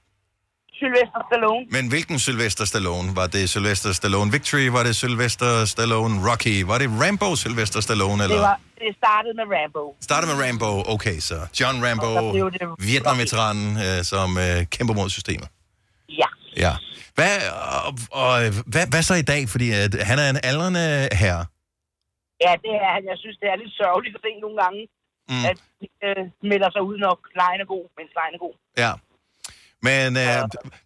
S12: Sylvester Stallone.
S1: Men hvilken Sylvester Stallone? Var det Sylvester Stallone Victory? Var det Sylvester Stallone Rocky? Var det Rambo Sylvester Stallone? Eller?
S12: Det, var, det startede med Rambo.
S1: Starter med Rambo, okay så. John
S12: Og
S1: Rambo,
S12: så blev det Rocky.
S1: Vietnam-veteranen, øh, som øh, kæmper mod systemet.
S12: Ja.
S1: Ja. Hvad, og, og, øh, hvad, hvad så i dag? Fordi at han er en aldrende herre.
S12: Ja, det er han. Jeg synes, det er lidt sørgeligt at se nogle gange,
S1: Mm.
S12: mm. at de øh, melder sig ud, når lejen er god, mens lejen er god.
S1: Ja. Men øh,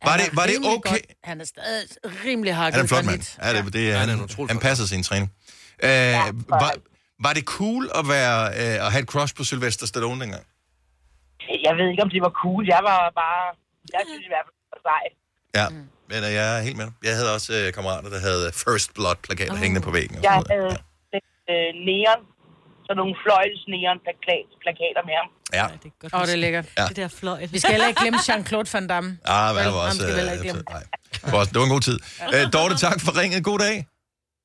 S1: var, det, var det
S4: Rimelig
S1: okay?
S4: Godt. Han er stadig rimelig hakket.
S1: Han er en flot mand.
S4: granit.
S1: Ja, det, det er, han, han passer sin træning. Øh, var, var det cool at, være, øh, at have et crush på Sylvester Stallone dengang?
S12: Jeg ved ikke, om det var cool. Jeg var bare... Jeg synes i hvert fald, det var sejt.
S1: Ja, mm. men øh, jeg er helt med dig. Jeg havde også øh, kammerater, der havde First Blood-plakater oh. hængende på væggen. og
S12: Jeg
S1: sådan noget.
S12: havde øh, neon, sådan nogle fløjels neon plakater med ham.
S1: Ja.
S4: Åh, oh, det er lækkert.
S1: Ja.
S3: Det der fløjt.
S4: Vi skal heller ikke glemme Jean-Claude Van Damme.
S1: Ah, hvad
S4: Vel,
S1: var
S4: ham
S1: også...
S4: skal vi heller ikke
S1: øh,
S4: glemme.
S1: nej. Det var også- det var en god tid. Æ, Dorte, tak for ringet. God dag.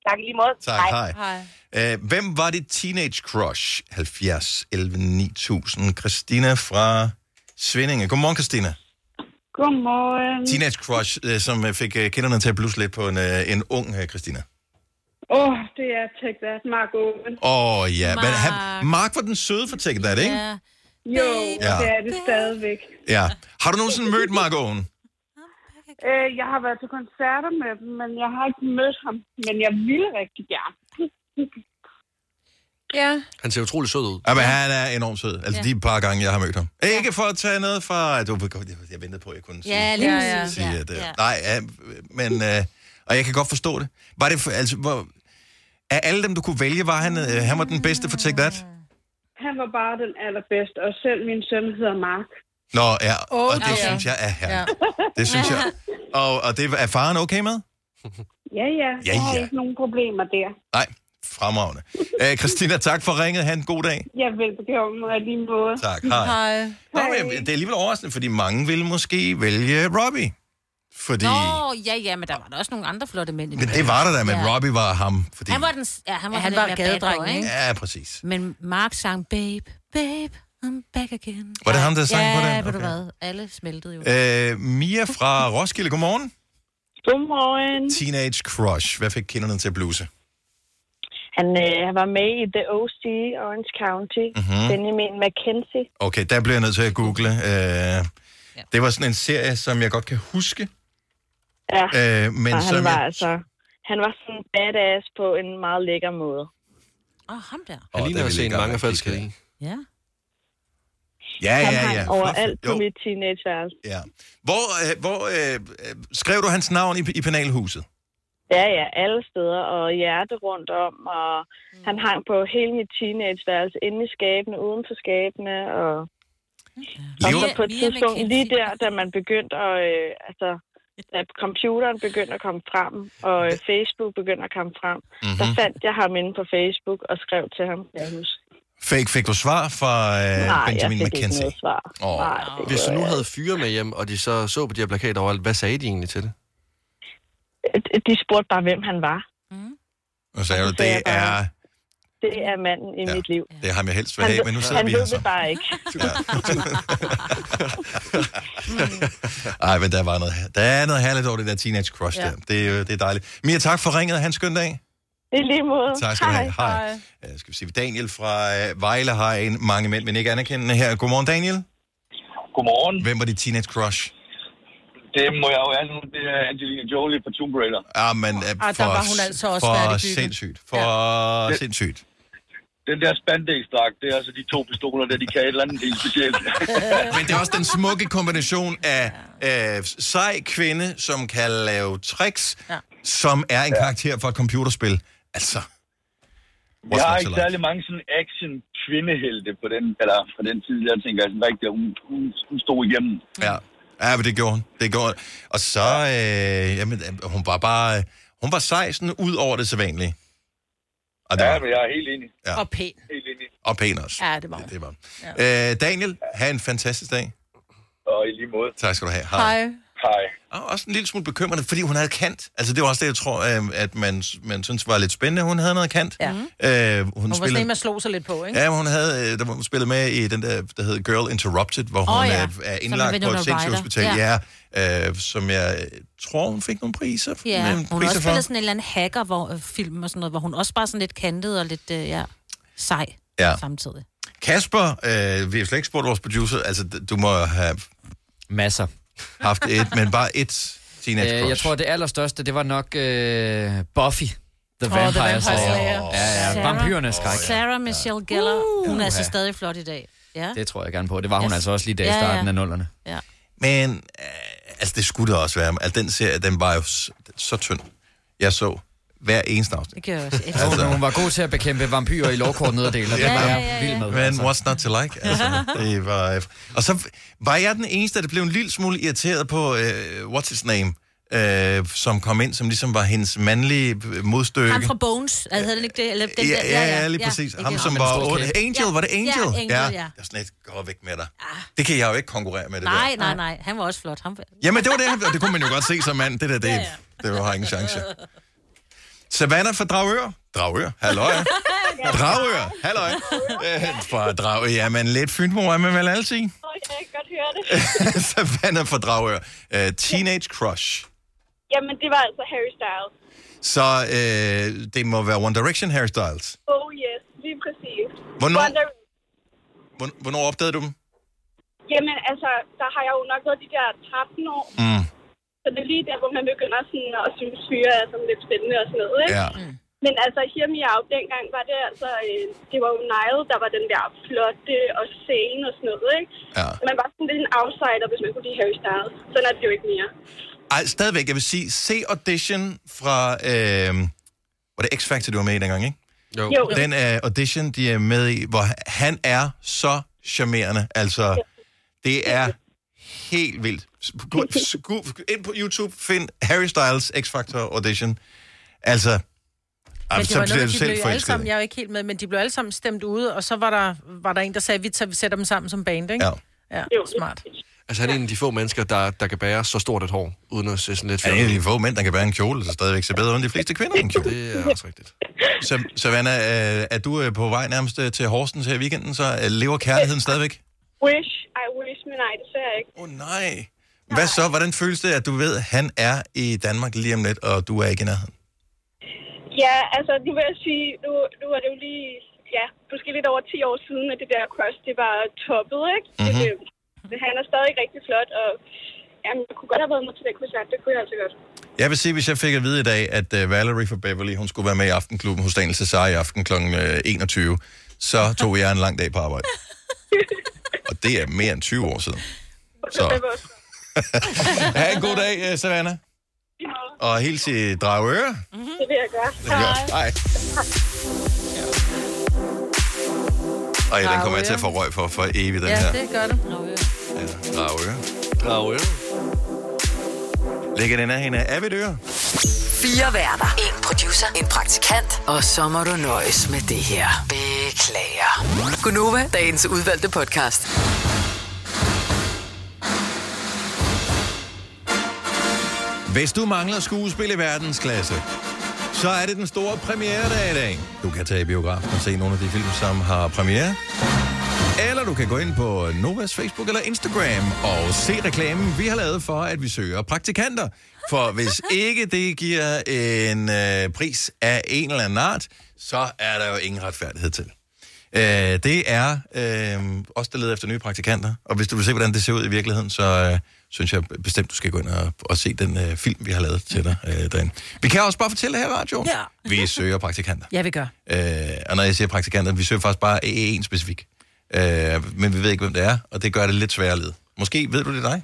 S12: Tak i lige måde.
S1: Tak, hej. Æ, hvem var dit teenage crush? 70 11 9000. Christina fra Svindinge. Godmorgen, Christina.
S7: Godmorgen.
S1: Teenage crush, øh, som øh, fik øh, kinderne til at blusse lidt på en, øh, en ung øh, Christina.
S7: Åh, oh, det er Take That, Mark Owen.
S1: Åh, oh, ja. Men
S7: Mark.
S1: han, Mark var den søde for Take That, ikke?
S7: Jo,
S1: Ja.
S7: ja. det er det stadigvæk.
S1: Ja. Har du nogensinde mødt Mark Owen?
S7: Øh, jeg har været til koncerter med dem, men jeg har ikke mødt ham. Men jeg ville rigtig gerne.
S4: ja.
S1: Han ser utrolig sød ud. Ja, men han er enormt sød. Altså,
S7: Ja.
S1: de par gange, jeg har mødt ham. Ikke for at tage noget fra... Du, jeg, jeg ventede på, at jeg kunne sige,
S6: Ja, lige Ja, ja.
S1: sige
S6: ja,
S1: at... øh,
S6: ja.
S1: Nej, ja, men... Øh, og jeg kan godt forstå det. Var det... For, altså, hvor, af alle dem, du kunne vælge, var han, øh, han var den bedste for Take That?
S7: Han var bare den allerbedste, og selv min søn hedder Mark.
S1: Nå, ja.
S7: Åh,
S1: Og det
S7: ja.
S1: synes jeg er her.
S7: Ja,
S1: Det synes jeg. Og, og det er faren okay med?
S7: ja. ja.
S1: Ja,
S7: Jeg har
S1: ja.
S7: ikke nogen problemer der.
S1: Nej, fremragende. Æ, Christina, tak for ringet. Ha' en god dag.
S7: Jeg vil bekomme mig lige måde.
S1: Tak, hej. Hej. Nå, men jeg- det er alligevel overraskende, fordi mange vil måske vælge Robbie. Fordi...
S3: Nå, ja, ja, men der var der også nogle andre flotte mænd. i
S1: Men
S3: den.
S1: det var der da, men
S3: Ja.
S1: Robbie var ham. Fordi...
S3: Han var den, s- ja, han var,
S4: Ja, han
S3: sådan
S4: var
S3: lidt mere bad boy,
S4: gadedrengen, ikke?
S1: Ja, præcis.
S3: Men Mark sang, babe, babe, I'm back again.
S1: Var det ham, der sang
S3: ja,
S1: på den?
S3: Ja, ved du
S1: Okay.
S3: hvad, alle smeltede jo.
S1: Øh, Mia fra Roskilde, godmorgen.
S22: Godmorgen.
S1: Teenage Crush. Hvad fik kinderne til at bluse?
S22: Han, øh, han var med i The OC, Orange County,
S1: Mhm.
S22: mm-hmm. Benjamin McKenzie.
S1: Okay, der blev jeg nødt til at google. Øh, det var sådan en serie, som jeg godt kan huske.
S22: Ja,
S1: Øh, men
S22: og han
S1: som
S22: var
S1: jeg-
S22: altså... Han var sådan badass på en meget lækker måde.
S3: Åh, oh, ham der.
S2: Han ligner også en mange falske i.
S3: Ja.
S1: Ja,
S22: han
S1: ja,
S22: hang
S1: ja.
S22: overalt på
S1: Jo.
S22: mit teenageværelse.
S1: Ja. Hvor, øh, hvor øh, øh, skrev du hans navn i, i penalhuset?
S22: Ja, ja, alle steder, og hjerte rundt om, og mm. han hang på hele mit teenageværelse, inde i skabene, uden for skabene, og... Og så på et tidspunkt, lige der, da man begyndte at, øh, altså, da computeren begyndte at komme frem, og øh, Facebook begyndte at komme frem, mm-hmm.
S1: Mhm.
S22: der fandt jeg ham inde på Facebook og skrev til ham, kan jeg huske.
S1: Fik, fik du svar fra øh,
S22: Nej,
S1: Benjamin
S22: jeg fik ikke
S1: McKenzie?
S22: noget svar.
S1: Åh.
S22: Nej, det
S2: Hvis du
S22: gjorde
S2: nu
S22: jeg
S2: havde fyre med hjem, og de så så på de her plakater overalt, hvad sagde de egentlig til det?
S22: ikke. De spurgte bare, hvem han var.
S1: Og sagde du,
S22: sagde
S1: det
S22: jeg bare,
S1: er,
S22: Det er manden i mit liv.
S1: det er ham, jeg helst vil have, men nu sidder
S22: han
S1: vi
S22: ved
S1: her så.
S22: det bare ikke.
S1: Ej, men der, var noget, der er noget herligt over det der teenage crush
S22: Ja.
S1: der. Det, er jo- det er dejligt. Mia, tak for ringet. Han skøn dag.
S22: I lige måde.
S1: Tak skal du have. Hej. Øh, skal vi se, Daniel fra øh, Vejle har en mange mænd, men ikke anerkendende her. Godmorgen, Daniel.
S23: Godmorgen.
S1: Hvem var dit teenage crush?
S23: Det må jeg jo have nu. Det er Angelina Jolie fra Tomb Raider.
S1: Ah, men, øh,
S23: Ah, der
S1: for,
S23: var hun altså også
S1: for
S23: færdigbygget.
S1: sindssygt. For ja. sindssygt.
S23: den der spandex-dragt, det er altså de to pistoler, der de kan et eller andet helt specielt.
S1: Men det er også den smukke kombination af øh, sej kvinde, som kan lave tricks, ja. som er en karakter for et computerspil. Altså,
S23: Jeg
S1: What's
S23: har
S1: not to
S23: ikke
S1: like?
S23: særlig mange sådan action kvindehelte på den, eller fra den tid, jeg tænker, sådan rigtig, hun, hun, hun stod igennem.
S1: Ja. Ja, men det gjorde hun. Det gjorde hun. Og så, øh, jamen, øh, hun var bare, øh, hun var sej sådan ud over det sædvanlige. Og, det
S23: Ja,
S1: var,
S23: men jeg er helt enig.
S1: Ja.
S4: Og pæn.
S23: Helt enig.
S1: og pæn også.
S4: Ja, det var hun.
S1: Det var. Ja. Øh, Daniel, have en fantastisk dag.
S23: Og i lige måde.
S1: Tak skal du have.
S4: Hej.
S23: Hej.
S1: Og også en lille smule bekymrende, fordi hun havde kant. Altså, det var også det, jeg tror, øh, at man, man synes var lidt spændende. Hun havde noget kant.
S4: Ja.
S1: Øh, hun, hun
S4: Hun, var sådan en,
S1: spillede...
S4: man slog sig lidt på, ikke?
S1: Ja, men hun havde, øh, der var hun spillet med i den der, der hedder Girl Interrupted, hvor
S4: Åh,
S1: hun oh,
S4: ja.
S1: ja. er,
S4: Som
S1: er
S4: er
S1: indlagt på
S4: Winona
S1: et sindssygehospital.
S3: Ryder.
S1: Ja. ja øh, som jeg øh, tror, hun fik nogle priser,
S3: Ja,
S1: nogle
S3: hun har også spillet sådan en eller anden hacker hvor, øh, film og sådan noget, hvor hun også bare sådan lidt kantet og lidt øh, ja, sej
S1: Ja.
S3: ja. samtidig.
S1: Kasper, øh, vi har slet ikke spurgt vores producer, altså d- du må have...
S8: Masser.
S1: Haft et, men bare et teenage
S8: Øh,
S1: crush.
S8: jeg tror, det allerstørste, det var nok øh, Buffy. The
S3: Åh,
S8: Vampire,
S3: The Vampire
S8: Slayer.
S3: Slayer.
S8: Ja, ja.
S3: Sarah-
S8: Vampyrerne skræk.
S3: Sarah Michelle Gellar, uh, hun er altså
S8: Uha.
S3: stadig flot i dag. Ja.
S8: Det tror jeg gerne på. Det var hun
S3: Yes.
S8: altså også lige der i
S3: Ja, ja.
S8: starten af nullerne.
S3: ja.
S1: Men, øh, altså det skulle det også være. Altså den serie, den var jo s- så tynd. Jeg så hver eneste afsnit.
S3: Det gjorde jeg også.
S8: Ja, hun, hun var god til at bekæmpe vampyrer i lovkort nederdel, og det
S1: Ja,
S8: var
S1: ja,
S8: jeg
S1: ja, ja.
S8: vild med.
S1: Men what's not to like? Altså, det var, øh, og så var jeg den eneste, der blev en lille smule irriteret på øh, What's His Name, øh, som kom ind, som ligesom var hendes mandlige øh, modstykke.
S3: Ham fra Bones, altså, havde den ikke det? Eller den
S1: ja,
S3: der,
S1: ja, ja, lige præcis.
S3: ikke
S1: Ham,
S3: også?
S1: som var... Okay. Angel, var det Angel?
S3: Ja, Angel, ja. ja.
S1: Jeg er sådan lidt, gå væk med dig. Det kan jeg jo ikke konkurrere med, det der.
S3: Nej, nej, nej. Han var også flot. Ham...
S1: Jamen, det var det, og det kunne man jo godt se som mand. Det der, det, ja, ja. det var, har ingen chance. Savannah fra Dragør. Dragør, halløj. Dragør, halløj. Øh, Fra Dragør, ja, men lidt fynmor er man vel altid.
S9: Åh, jeg kan godt høre det.
S1: Savannah fra Dragør. Øh, Teenage Crush.
S9: Jamen, det var altså Harry Styles.
S1: Så øh, det må være One Direction hairstyles.
S9: Oh yes, lige præcis.
S1: Hvornår-
S9: Wonder...
S1: Hvorn- Hvornår opdagede du dem?
S9: Jamen, altså, der har jeg jo nok været de der 13 år.
S1: Mm.
S9: Så det er lige der, hvor man begynder sådan at synes, fyre er sådan lidt spændende og sådan noget, ikke?
S1: Ja.
S9: Men altså, Hear Me Out, dengang var det altså, øh, det var jo Nile, der var den der flotte og scene og sådan noget, ikke?
S1: Ja.
S9: Man var sådan lidt en outsider, hvis man kunne lide Harry Styles. Sådan er det jo ikke mere.
S1: Ej, stadigvæk, jeg vil sige, se Audition fra... Øh, var det X-Factor, du var med i dengang, ikke?
S9: Jo. Jo.
S1: Den øh, Audition, de er med i, hvor han er så charmerende. Altså, det er helt vildt. Gå- sku- Ind på YouTube, find Harry Styles X-Factor Audition. Altså,
S4: Men
S1: altså,
S4: det
S1: så
S4: var
S1: bliver du
S4: noget, de blev
S1: selv
S4: jo alle
S1: forelsket.
S4: sammen, jeg er jo ikke helt med, men de blev alle sammen stemt ude, og så var der, var der en, der sagde, vi, tager, vi sætter dem sammen som band, ikke?
S2: Ja.
S4: Ja, smart.
S2: Altså, han er en af de få mennesker, der, der kan bære så stort et hår, uden at se sådan lidt
S1: Ja, det er en af
S2: fjollet
S1: de få mænd, der kan bære en kjole, så stadigvæk ser bedre ud end de fleste kvinder i en kjole.
S2: Det er også rigtigt.
S1: Så, Savannah, øh, er du øh, på vej nærmest øh, til Horsens her i weekenden, så øh, lever kærligheden stadigvæk?
S9: Wish, I wish, men nej, desværre ikke.
S1: Åh oh, nej. Hvad så? Hvordan føles det, at du ved, at han er i Danmark lige om lidt, og du er ikke i nærheden?
S9: Ja, altså nu vil jeg sige, nu, nu er det jo lige, ja, måske lidt over 10 år siden, at det der crush, det var toppet, ikke?
S1: Mhm.
S9: Mm-hmm. Det, han er stadig rigtig flot, og jamen, jeg kunne godt have været med til den koncert, det kunne jeg altså godt.
S1: Jeg vil sige, hvis jeg fik at vide i dag, at øh, Valerie fra Beverly, hun skulle være med i Aftenklubben hos Daniel Cesar i aften kl. øh, 21, så tog jeg en lang dag på arbejde. Og det er mere end 20 år siden. Så ha' en god dag, øh, Savannah. Og hils i Dragøre.
S11: Mhm.
S9: Mm-hmm. Det vil jeg gøre.
S1: Det er godt. Hej. Ej, den kommer jeg til at få røg for for evigt, den
S4: ja,
S1: her.
S4: det gør du.
S1: Dragøre. Dragøre. Ligger den af hende af Avedøre?
S5: Fire værter. En producer. En praktikant. Og så må du nøjes med det her. Beklager. Gunova, dagens udvalgte podcast.
S1: Hvis du mangler skuespil i verdensklasse, så er det den store premieredag i dag. Du kan tage i biografen og se nogle af de film, som har premiere. Eller du kan gå ind på Novas Facebook eller Instagram og se reklamen, vi har lavet for, at vi søger praktikanter. For hvis ikke det giver en øh, pris af en eller anden art, så er der jo ingen retfærdighed til. Øh, det er øh, os, der leder efter nye praktikanter. Og hvis du vil se, hvordan det ser ud i virkeligheden, så øh, synes jeg bestemt, du skal gå ind og, og se den øh, film, vi har lavet til dig øh, derinde. Vi kan også bare fortælle her i radioen. Ja. Vi søger praktikanter.
S4: Ja, vi gør.
S1: Øh, og når jeg siger praktikanter, vi søger faktisk bare E en specifik. Øh, men vi ved ikke, hvem det er, og det gør det lidt sværere at lede. Måske ved du det er dig.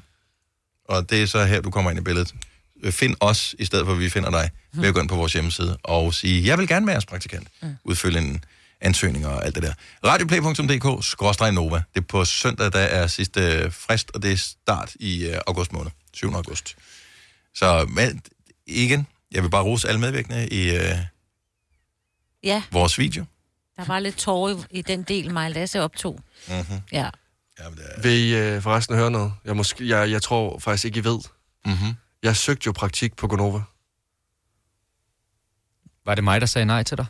S1: Og det er så her, du kommer ind i billedet. Øh, Find os, i stedet for at vi finder dig, ved at gå ind på vores hjemmeside og sige, jeg vil gerne med jeres praktikant. Udfylde en ansøgninger og alt det der. Radioplay.dk, skråstrej Nova. Det er på søndag, der er sidste øh, frist, og det er start i øh, august måned. 7. august. Så men, igen, jeg vil bare rose alle medvirkende i øh,
S3: Ja,
S1: vores video.
S3: der var lidt tårer i, i den del, mig og Lasse optog.
S1: Mm-hmm.
S3: Ja.
S2: Vil I øh, forresten høre noget? Jeg, måske, jeg, jeg tror faktisk ikke, I ved.
S1: Mm-hmm.
S2: Jeg søgte jo praktik på Gonova.
S8: Var det mig, der sagde nej til dig?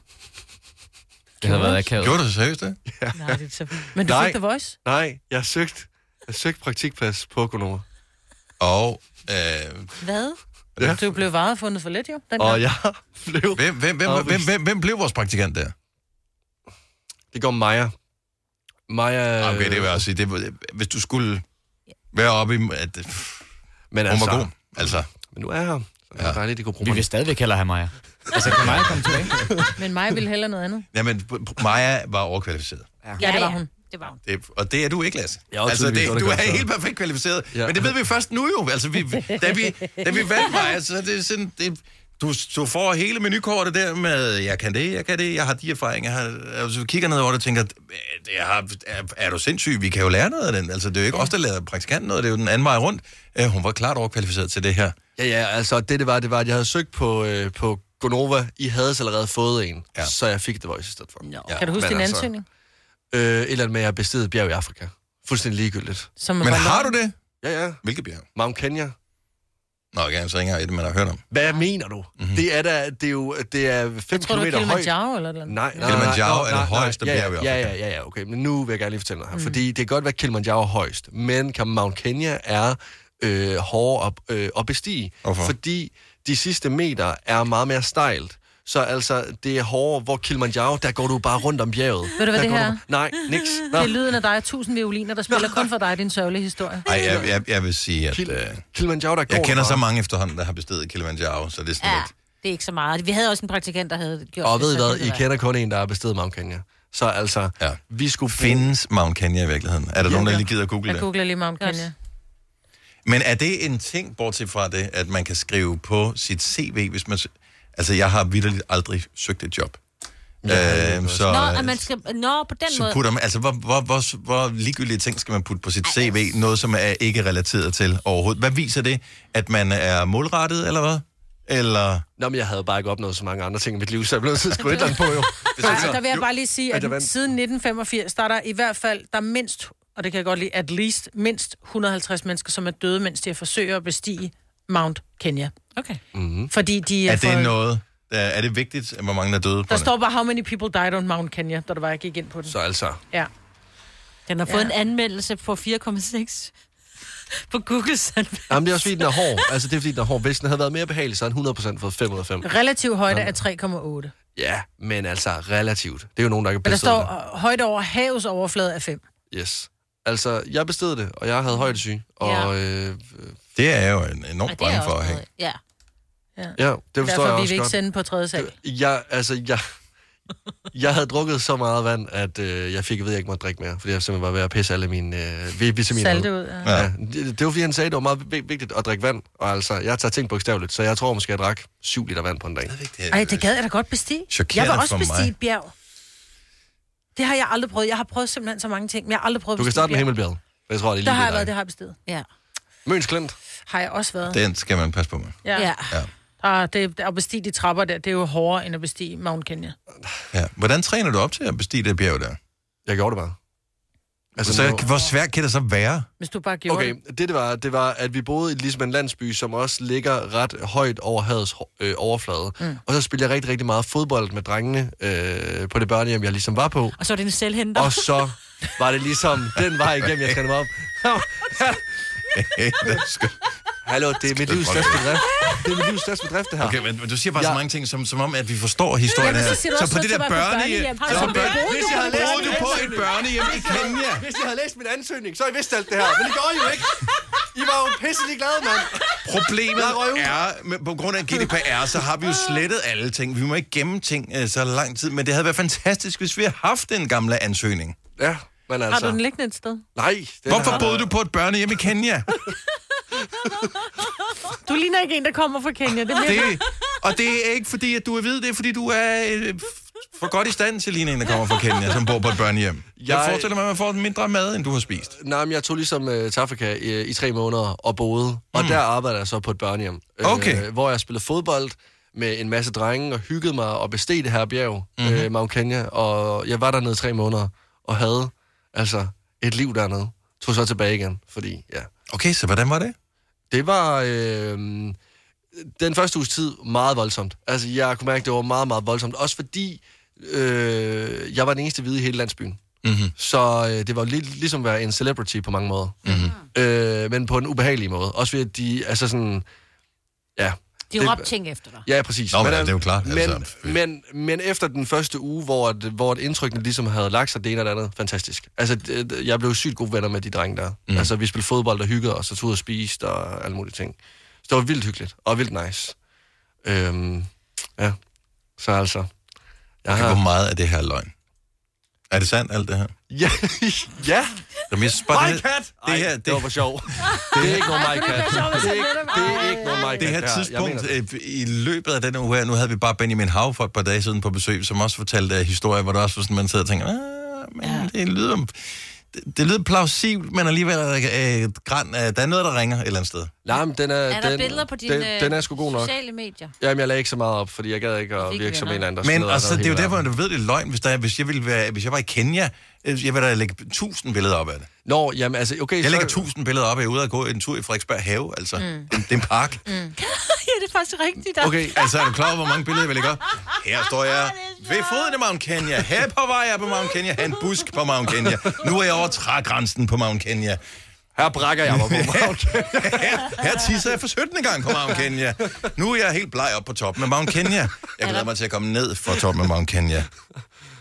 S8: Det havde
S2: Gjorde
S8: været
S2: du?
S8: akavet.
S2: Gjorde du
S1: seriøst det?
S2: Ja.
S4: Nej, det er så... Men du
S2: Nej.
S4: fik The Voice?
S2: Nej, jeg søgte, jeg søgte praktikplads på Gonova.
S1: Og, øh,
S4: Hvad?
S2: Ja.
S4: Ja. Du blev varefundet for lidt, jo. Den
S2: og jeg blev...
S1: Hvem, hvem, hvem, hvem, hvem, hvem blev vores praktikant der?
S2: Det går Maja. Maja...
S1: Ah, Okay, det vil jeg også sige. Det, var- hvis du skulle være oppe i... At,
S2: Men
S1: hun
S2: altså-
S1: var god. Altså.
S2: Men nu er jeg her. Så det er dejligt, det kunne bruge
S8: Vi vil stadigvæk hellere have Maja. Altså, kan Maja komme tilbage?
S4: Men mig ville hellere noget andet.
S1: Jamen, Maja var overkvalificeret.
S4: Ja, det var hun. Det var hun.
S1: Det, og det er du ikke, Lasse.
S2: Jeg er jo
S1: altså, det,
S2: tydeligvis
S1: du er
S2: underkvalificeret.
S1: helt perfekt kvalificeret.
S2: Ja.
S1: Ja. Men det ved vi først nu jo. Altså, vi, da, vi, da vi valgte mig, så er det sådan... Det, du, du får hele menukortet der med, jeg kan det, jeg kan det, jeg har de erfaringer. Jeg har, altså, vi kigger ned over det og tænker, det har, er, er du sindssyg? Vi kan jo lære noget af den. Altså, det er jo ikke ja. os, der lærer praktikanten noget, det er jo den anden vej rundt. Øh, hun var klart overkvalificeret til det her.
S2: Ja, ja, altså det det var, det var, at jeg havde søgt på, øh, på Gonova. I havde så allerede fået en, ja. så jeg fik The Voice i stedet for. Ja.
S4: Kan du huske
S2: men altså,
S4: din
S1: altså-
S4: ansøgning?
S2: Øh, et eller andet med, at jeg bestede et bjerg i Afrika. Fuldstændig ligegyldigt.
S4: Som Men var har
S1: du det?
S2: Ja, ja.
S1: Hvilket bjerg?
S2: Mount Kenya.
S1: Nå, jeg så ikke engang et, man har hørt om. Mhm.
S2: Hvad mener du? Mm-hmm. Det er da, det er jo, det er 5
S4: Tror du,
S2: km højt.
S4: Kilimanjaro eller et eller andet?
S2: Nej, nej,
S1: Kilimanjaro
S2: nej,
S1: er
S2: nej,
S1: det
S2: nej,
S1: højeste
S2: ja, ja,
S1: bjerg i
S2: Ja, ja,
S1: Afrika.
S2: ja, ja, okay. Men nu vil jeg gerne lige fortælle dig, mm.
S4: Mm.
S2: fordi det kan godt være, at Kilimanjaro er højst, men Ka- Mount Kenya er øh, hårdere op, øh, at bestige,
S1: Hvorfor?
S2: fordi de sidste meter er meget mere stejlt. Så altså, det er hårdere, hvor Kilimanjaro, der går du bare rundt om bjerget.
S4: Ved du, hvad
S2: Der
S4: det
S2: går
S4: her
S2: du-
S4: er?
S2: Nej, niks.
S4: Det er lyden af dig og tusind violiner, der spiller kun for dig din sørgelige historie.
S1: Ej, jeg, jeg, jeg vil sige, at... Øh,
S2: Kilimanjaro, der går
S1: jeg kender
S2: bare.
S1: så mange efterhånden, der har bestedet Kilimanjaro, så det er sådan ja.
S3: Ja, det er ikke så meget. Vi havde også en praktikant, der havde gjort
S2: Og
S3: det.
S2: ved I
S3: så
S2: hvad,
S3: det
S2: I
S3: var-
S2: kender kun en, der har bestedet Mount Kenya. Så altså, ja. vi skulle...
S1: Findes Mount Kenya i virkeligheden? Er der nogen, der lige gider at google
S4: Jeg
S1: det?
S4: googler lige Mount Kenya.
S1: Men er det en ting, bortset fra det, at man kan skrive på sit CV, hvis man... s- Altså, jeg har vidderligt aldrig søgt et job. Ja, øh, så,
S3: Nå, at man skal... Nå, på den
S1: så
S3: måde.
S1: putter man, altså, hvor, hvor, hvor, hvor ligegyldige ting skal man putte på sit CV?
S4: altså-
S1: Noget, som er ikke relateret til overhovedet. Hvad viser det? At man er målrettet, eller hvad? Eller...
S2: Nå, men jeg havde bare ikke opnået så mange andre ting i mit liv, så jeg blev nødt til at skrive et eller andet på, jo.
S4: Nej, der vil jeg bare lige sige,
S2: at
S4: at
S2: jeg vandt.
S4: siden 1985, der er der i hvert fald, der er mindst, og det kan jeg godt lide, at least mindst 150 mennesker, som er døde, mens de har forsøgt at bestige Mount Kenya. Okay.
S1: Mm-hmm.
S4: Fordi de er
S1: er det
S4: for-
S1: noget... der- Er det vigtigt, hvor mange der er døde på
S4: Der
S1: det?
S4: står bare, how many people died on Mount Kenya, da der var, jeg gik ind på den.
S2: Så altså...
S4: Ja.
S3: Den har fået en anmeldelse på 4,6 på Google.
S2: Jamen, det er også fordi, den er hård. Altså, det er fordi, den er hård. Hvis den havde været mere behagelig, så havde den 100% fået 5 ud af 5.
S4: Relativ højde er 3,8.
S2: Ja, men altså relativt. Det er jo nogen, der ikke
S4: Men der
S2: bestede
S4: står øh, højde over havets overflade er 5.
S2: det. Yes. Altså, jeg bestede det, og jeg havde højdesyge. Og, øh, øh,
S1: det er jo en enorm
S2: bange for at have.
S3: Ja.
S2: Ja, det forstår
S4: Derfor
S2: jeg også
S4: vi vil ikke
S2: godt.
S4: sende på tredje sal.
S2: Jeg, altså, jeg, jeg havde drukket så meget vand, at øh, jeg fik at vide, at jeg ikke måtte drikke mere, fordi jeg simpelthen var ved at pisse alle mine øh, vi- vitaminer
S4: Salte ud, ja.
S2: ja. Det, det var fordi, han sagde, at det var meget vi- vigtigt at drikke vand, og altså, jeg tager ting bogstaveligt, så jeg tror måske, jeg drak 7 liter vand på en dag.
S4: Ej, det gad jeg da godt bestige.
S2: Chokerende
S4: jeg vil også
S2: for
S4: bestige
S2: mig.
S4: et bjerg. Det har jeg aldrig prøvet. Jeg har prøvet simpelthen så mange ting, men jeg har aldrig prøvet
S2: Du
S4: at
S2: kan
S4: bestige
S2: starte med
S4: et bjerg.
S2: Himmelbjerget. Jeg tror, det er lige
S4: Der har jeg
S2: ved
S4: været, det
S2: dig.
S4: har jeg bestiget. Ja.
S2: Møns Klint.
S4: Har jeg også været.
S1: Den skal man passe på med.
S4: Ja. ja.
S1: Ja.
S4: Og det, at bestige de trapper der, det er jo hårdere end at bestige Mount Kenya.
S1: Ja. Hvordan træner du op til at bestige det bjerg der?
S2: Jeg gjorde det bare.
S1: Altså, så, hvor svært kan det så være?
S4: Hvis du bare gjorde
S2: Okay, det det var, det var, at vi boede i ligesom en landsby, som også ligger ret højt over havets ho- øh, overflade. Mm. Og så spillede jeg rigtig, rigtig meget fodbold med drengene øh, på det børnehjem, jeg ligesom var på.
S3: Og så er det en selvhenter.
S2: Og så var det ligesom den vej igennem, jeg trænede mig op. Hallo, det er mit livs største bedrift. Det er mit livs største bedrift, det her.
S1: Okay, men, men du siger bare ja. så mange ting, som, som om, at vi forstår historien
S2: Jamen,
S1: her.
S2: så siger du
S1: Så
S2: også,
S1: på
S2: så
S1: det
S2: skal
S1: der
S2: man på
S1: børnehjem,
S2: børnehjem.
S1: så
S2: Har du så boet-
S1: børnehjem,
S2: Hvis jeg havde læst
S1: boede du
S2: min
S1: på et
S2: ansøgning?
S1: børnehjem i Kenya.
S2: Hvis jeg havde læst min ansøgning, så havde jeg vidst alt det her. Men det gjorde jeg jo ikke. I var jo pisselig glade, mand.
S1: Problemet er, med, på grund af GDPR, så har vi jo slettet alle ting. Vi må ikke gemme ting øh, så lang tid, men det havde været fantastisk, hvis vi havde haft den gamle ansøgning.
S2: Ja, men altså-
S4: Har du den liggende et sted?
S2: Nej.
S1: Hvorfor boede du på et børnehjem i Kenya?
S4: Du ligner ikke en, der kommer fra Kenya. Det,
S1: Det, og det er ikke fordi, at du er hvid, det er fordi, du er øh, f- for godt i stand til lige en, der kommer fra Kenya, som bor på et børnehjem. Jeg, jeg
S2: Jeg-
S1: forestiller mig, at man får mindre mad, end du har spist.
S2: Nej, men jeg tog ligesom øh, til Afrika i, i tre måneder og boede, og der arbejdede jeg så på et børnehjem.
S1: Mm.
S2: øh,
S1: Okay.
S2: hvor jeg spillede fodbold med en masse drenge og hyggede mig og besteg det her bjerg, mm-hmm.
S1: Mhm.
S2: øh, Mount Kenya, og jeg var dernede i tre måneder og havde altså et liv dernede. Tog så tilbage igen, fordi ja.
S1: Okay, så hvordan var det?
S2: Det var øh, den første uges tid meget voldsomt. Altså, jeg kunne mærke, det var meget, meget voldsomt. Også fordi øh, jeg var den eneste hvide i hele landsbyen.
S1: Mm-hmm.
S2: Så øh, det var lig, ligesom at være en celebrity på mange måder. Mm-hmm. Øh, men på en ubehagelig måde. Også ved, at de, altså sådan, ja.
S11: De
S2: Det-
S11: råbte ting efter dig.
S2: Ja, præcis.
S1: Nå, men ja, det er jo klart,
S2: Men,
S1: altså.
S2: men, men efter den første uge, hvor, et, hvor et indtrykkene ligesom havde lagt sig det ene og det andet, fantastisk. Altså, det- det- jeg blev sygt gode venner med de drenge der.
S1: Mm.
S2: Mm. Altså, vi spillede fodbold og hyggede os, og tog ud og spiste og alle mulige ting. Så det var vildt hyggeligt, og vildt nice. Øhm, ja, så altså... Jeg
S1: Okay, hvor meget af det her er løgn? Er det sandt, alt det her?
S2: Ja, ja.
S1: Jamen, jeg synes bare, det, her-
S2: Cat! Det her, det, det var for sjov. Det er ikke noget
S1: Ej,
S2: mig,
S1: kunne det
S2: Kat.
S1: være sjovt, hvis
S2: Det er
S1: jeg
S2: ikke, det er ikke noget mig,
S1: det her tidspunkt øh, i løbet af den uge her, nu havde vi bare Benjamin Hav for et par dage siden på besøg, som også fortalte uh, historier, hvor der også var sådan, man sidder og tænker, "Ah, men ja. det lyder... Det, det lyder plausibelt, men alligevel er der, øh, et gran, øh, der er noget, der ringer et eller andet sted.
S2: Nej, men den er...
S11: Er der den, billeder på dine øh,
S2: den, den er sgu god nok.
S11: sociale medier?
S2: Jamen, jeg lagde ikke så meget op, fordi jeg gad ikke at virke som en eller anden, der
S1: øh, Men
S2: smider
S1: altså,
S2: noget
S1: det er jo
S2: hele
S1: derfor, at du ved, det er løgn. Hvis, der, er- hvis, jeg ville være, hvis jeg var i Kenya, øh, jeg ville da lægge tusind billeder op af det.
S2: Nå, jamen altså, okay...
S1: Jeg
S2: så-
S1: lægger tusind billeder op af, at jeg er ude og gå en tur i Frederiksberg Have, altså. Mm. Det, det er en park.
S11: ja, det er faktisk rigtigt. Der.
S1: Okay, altså er du klar over, hvor mange billeder jeg vil lægge op? Her står jeg ved foden af Mount Kenya. Her på vej er på Mount Kenya. Han busk på Mount Kenya. Nu er jeg over trægrænsen på Mount Kenya.
S2: Her brækker jeg mig på Mount
S1: Kenya. her, her tisser jeg for 17. gang på Mount Kenya. Nu er jeg helt bleg op på toppen af Mount Kenya. Jeg glæder mig til at komme ned fra toppen af Mount Kenya.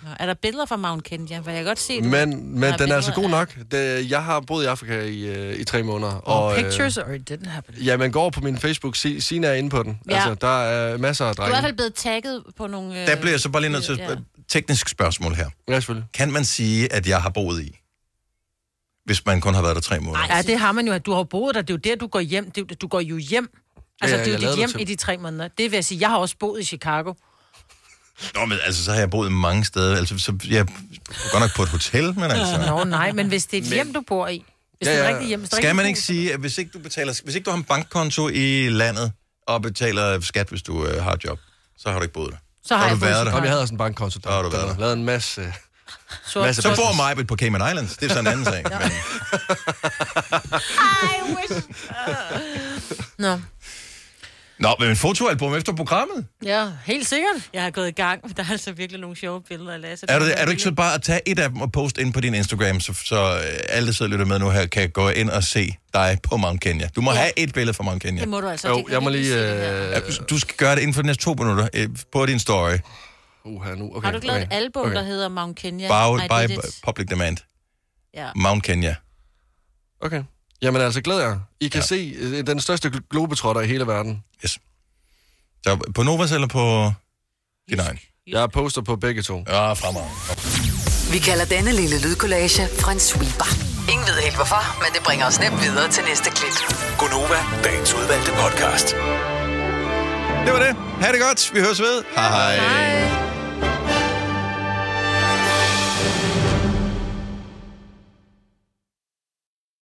S11: Nå, er der billeder fra Mount Kenya? Hvad jeg kan godt se det.
S2: Men, men
S11: Der
S2: den er altså
S11: billeder
S2: god nok. Det, jeg har boet i Afrika i, øh, i tre måneder.
S4: og,
S2: øh,
S4: pictures or it didn't happen.
S2: Ja, man går på min Facebook, Si- Sina er inde på den.
S11: Ja.
S2: Ja. Altså, der er masser af
S11: af- Du er i hvert
S2: drenge.
S11: fald blevet tagget på nogle... øh,
S1: Der bliver jeg så bare lige nødt til
S11: Ja.
S1: et teknisk spørgsmål her.
S2: Ja, selvfølgelig.
S1: Kan man sige, at jeg har boet i? Hvis man kun har været der tre måneder.
S4: Ja, det har man jo. at Du har jo boet der. Det er jo der, du går hjem. Det er, jo- du går jo hjem. Altså,
S1: Ja, jeg
S4: det er jo dit
S1: lavede
S4: hjem
S1: det
S4: i
S1: til-
S4: de tre måneder. Det vil jeg sige, jeg har også boet i Chicago.
S1: Nå, men altså, så har jeg boet mange steder. Altså, så, jeg godt nok på et hotel, men altså...
S4: Nå, nej, men hvis det er et
S1: Men-
S4: hjem, du bor i. Hvis ja, ja. det er et rigtigt hjem, hvis det er
S1: Skal
S4: rigtigt
S1: man
S4: hus.
S1: ikke sige, at hvis ikke du betaler, hvis ikke du har en bankkonto i landet og betaler skat, hvis du øh, har et job, så har du ikke boet der.
S4: Så har
S1: du
S4: jeg boet i
S1: været der.
S4: Chicago. Jamen, jeg havde
S2: også en bankkonto.
S1: Der har du været der.
S2: Lavet en masse...
S1: Så,
S2: masse
S1: så bor
S2: business.
S1: mig på Cayman Islands. Det er sådan en anden sag. Men,
S4: Nå.
S1: nå, men en fotoalbum efter programmet.
S4: Ja, helt sikkert.
S11: Jeg har gået i gang, men der er altså virkelig nogle sjove billeder, Lasse.
S1: Er du, er du ikke så bare at tage et af dem og poste ind på din Instagram, så, så øh, alle, der sidder og lytter med nu her, kan gå ind og se dig på Mount Kenya. Du må ja. have et billede fra Mount Kenya.
S11: Det må du altså. Jo, Det kan
S2: jeg må lige,
S1: Øh... Du skal gøre det inden for de næste to minutter øh, på din story.
S2: Uha, nu.
S11: Har du ikke lavet et album, der hedder Mount Kenya? I
S1: By, by,
S11: did it?
S1: public demand.
S11: Ja.
S1: Mount Kenya.
S2: Okay. Jamen altså, glæder jeg. I kan ja. se øh, den største gl- globetrotter i hele verden.
S1: Yes. Så på Novas eller på din egen?
S2: Jeg poster på begge to.
S1: Ja, fremad.
S5: Vi kalder denne lille lydkollage Frans sweeper. Ingen ved helt hvorfor, men det bringer os nemt videre til næste klip.
S14: Gonova, dagens udvalgte podcast.
S1: Det var det. Ha' det godt. Vi høres ved. Hej hej. hej.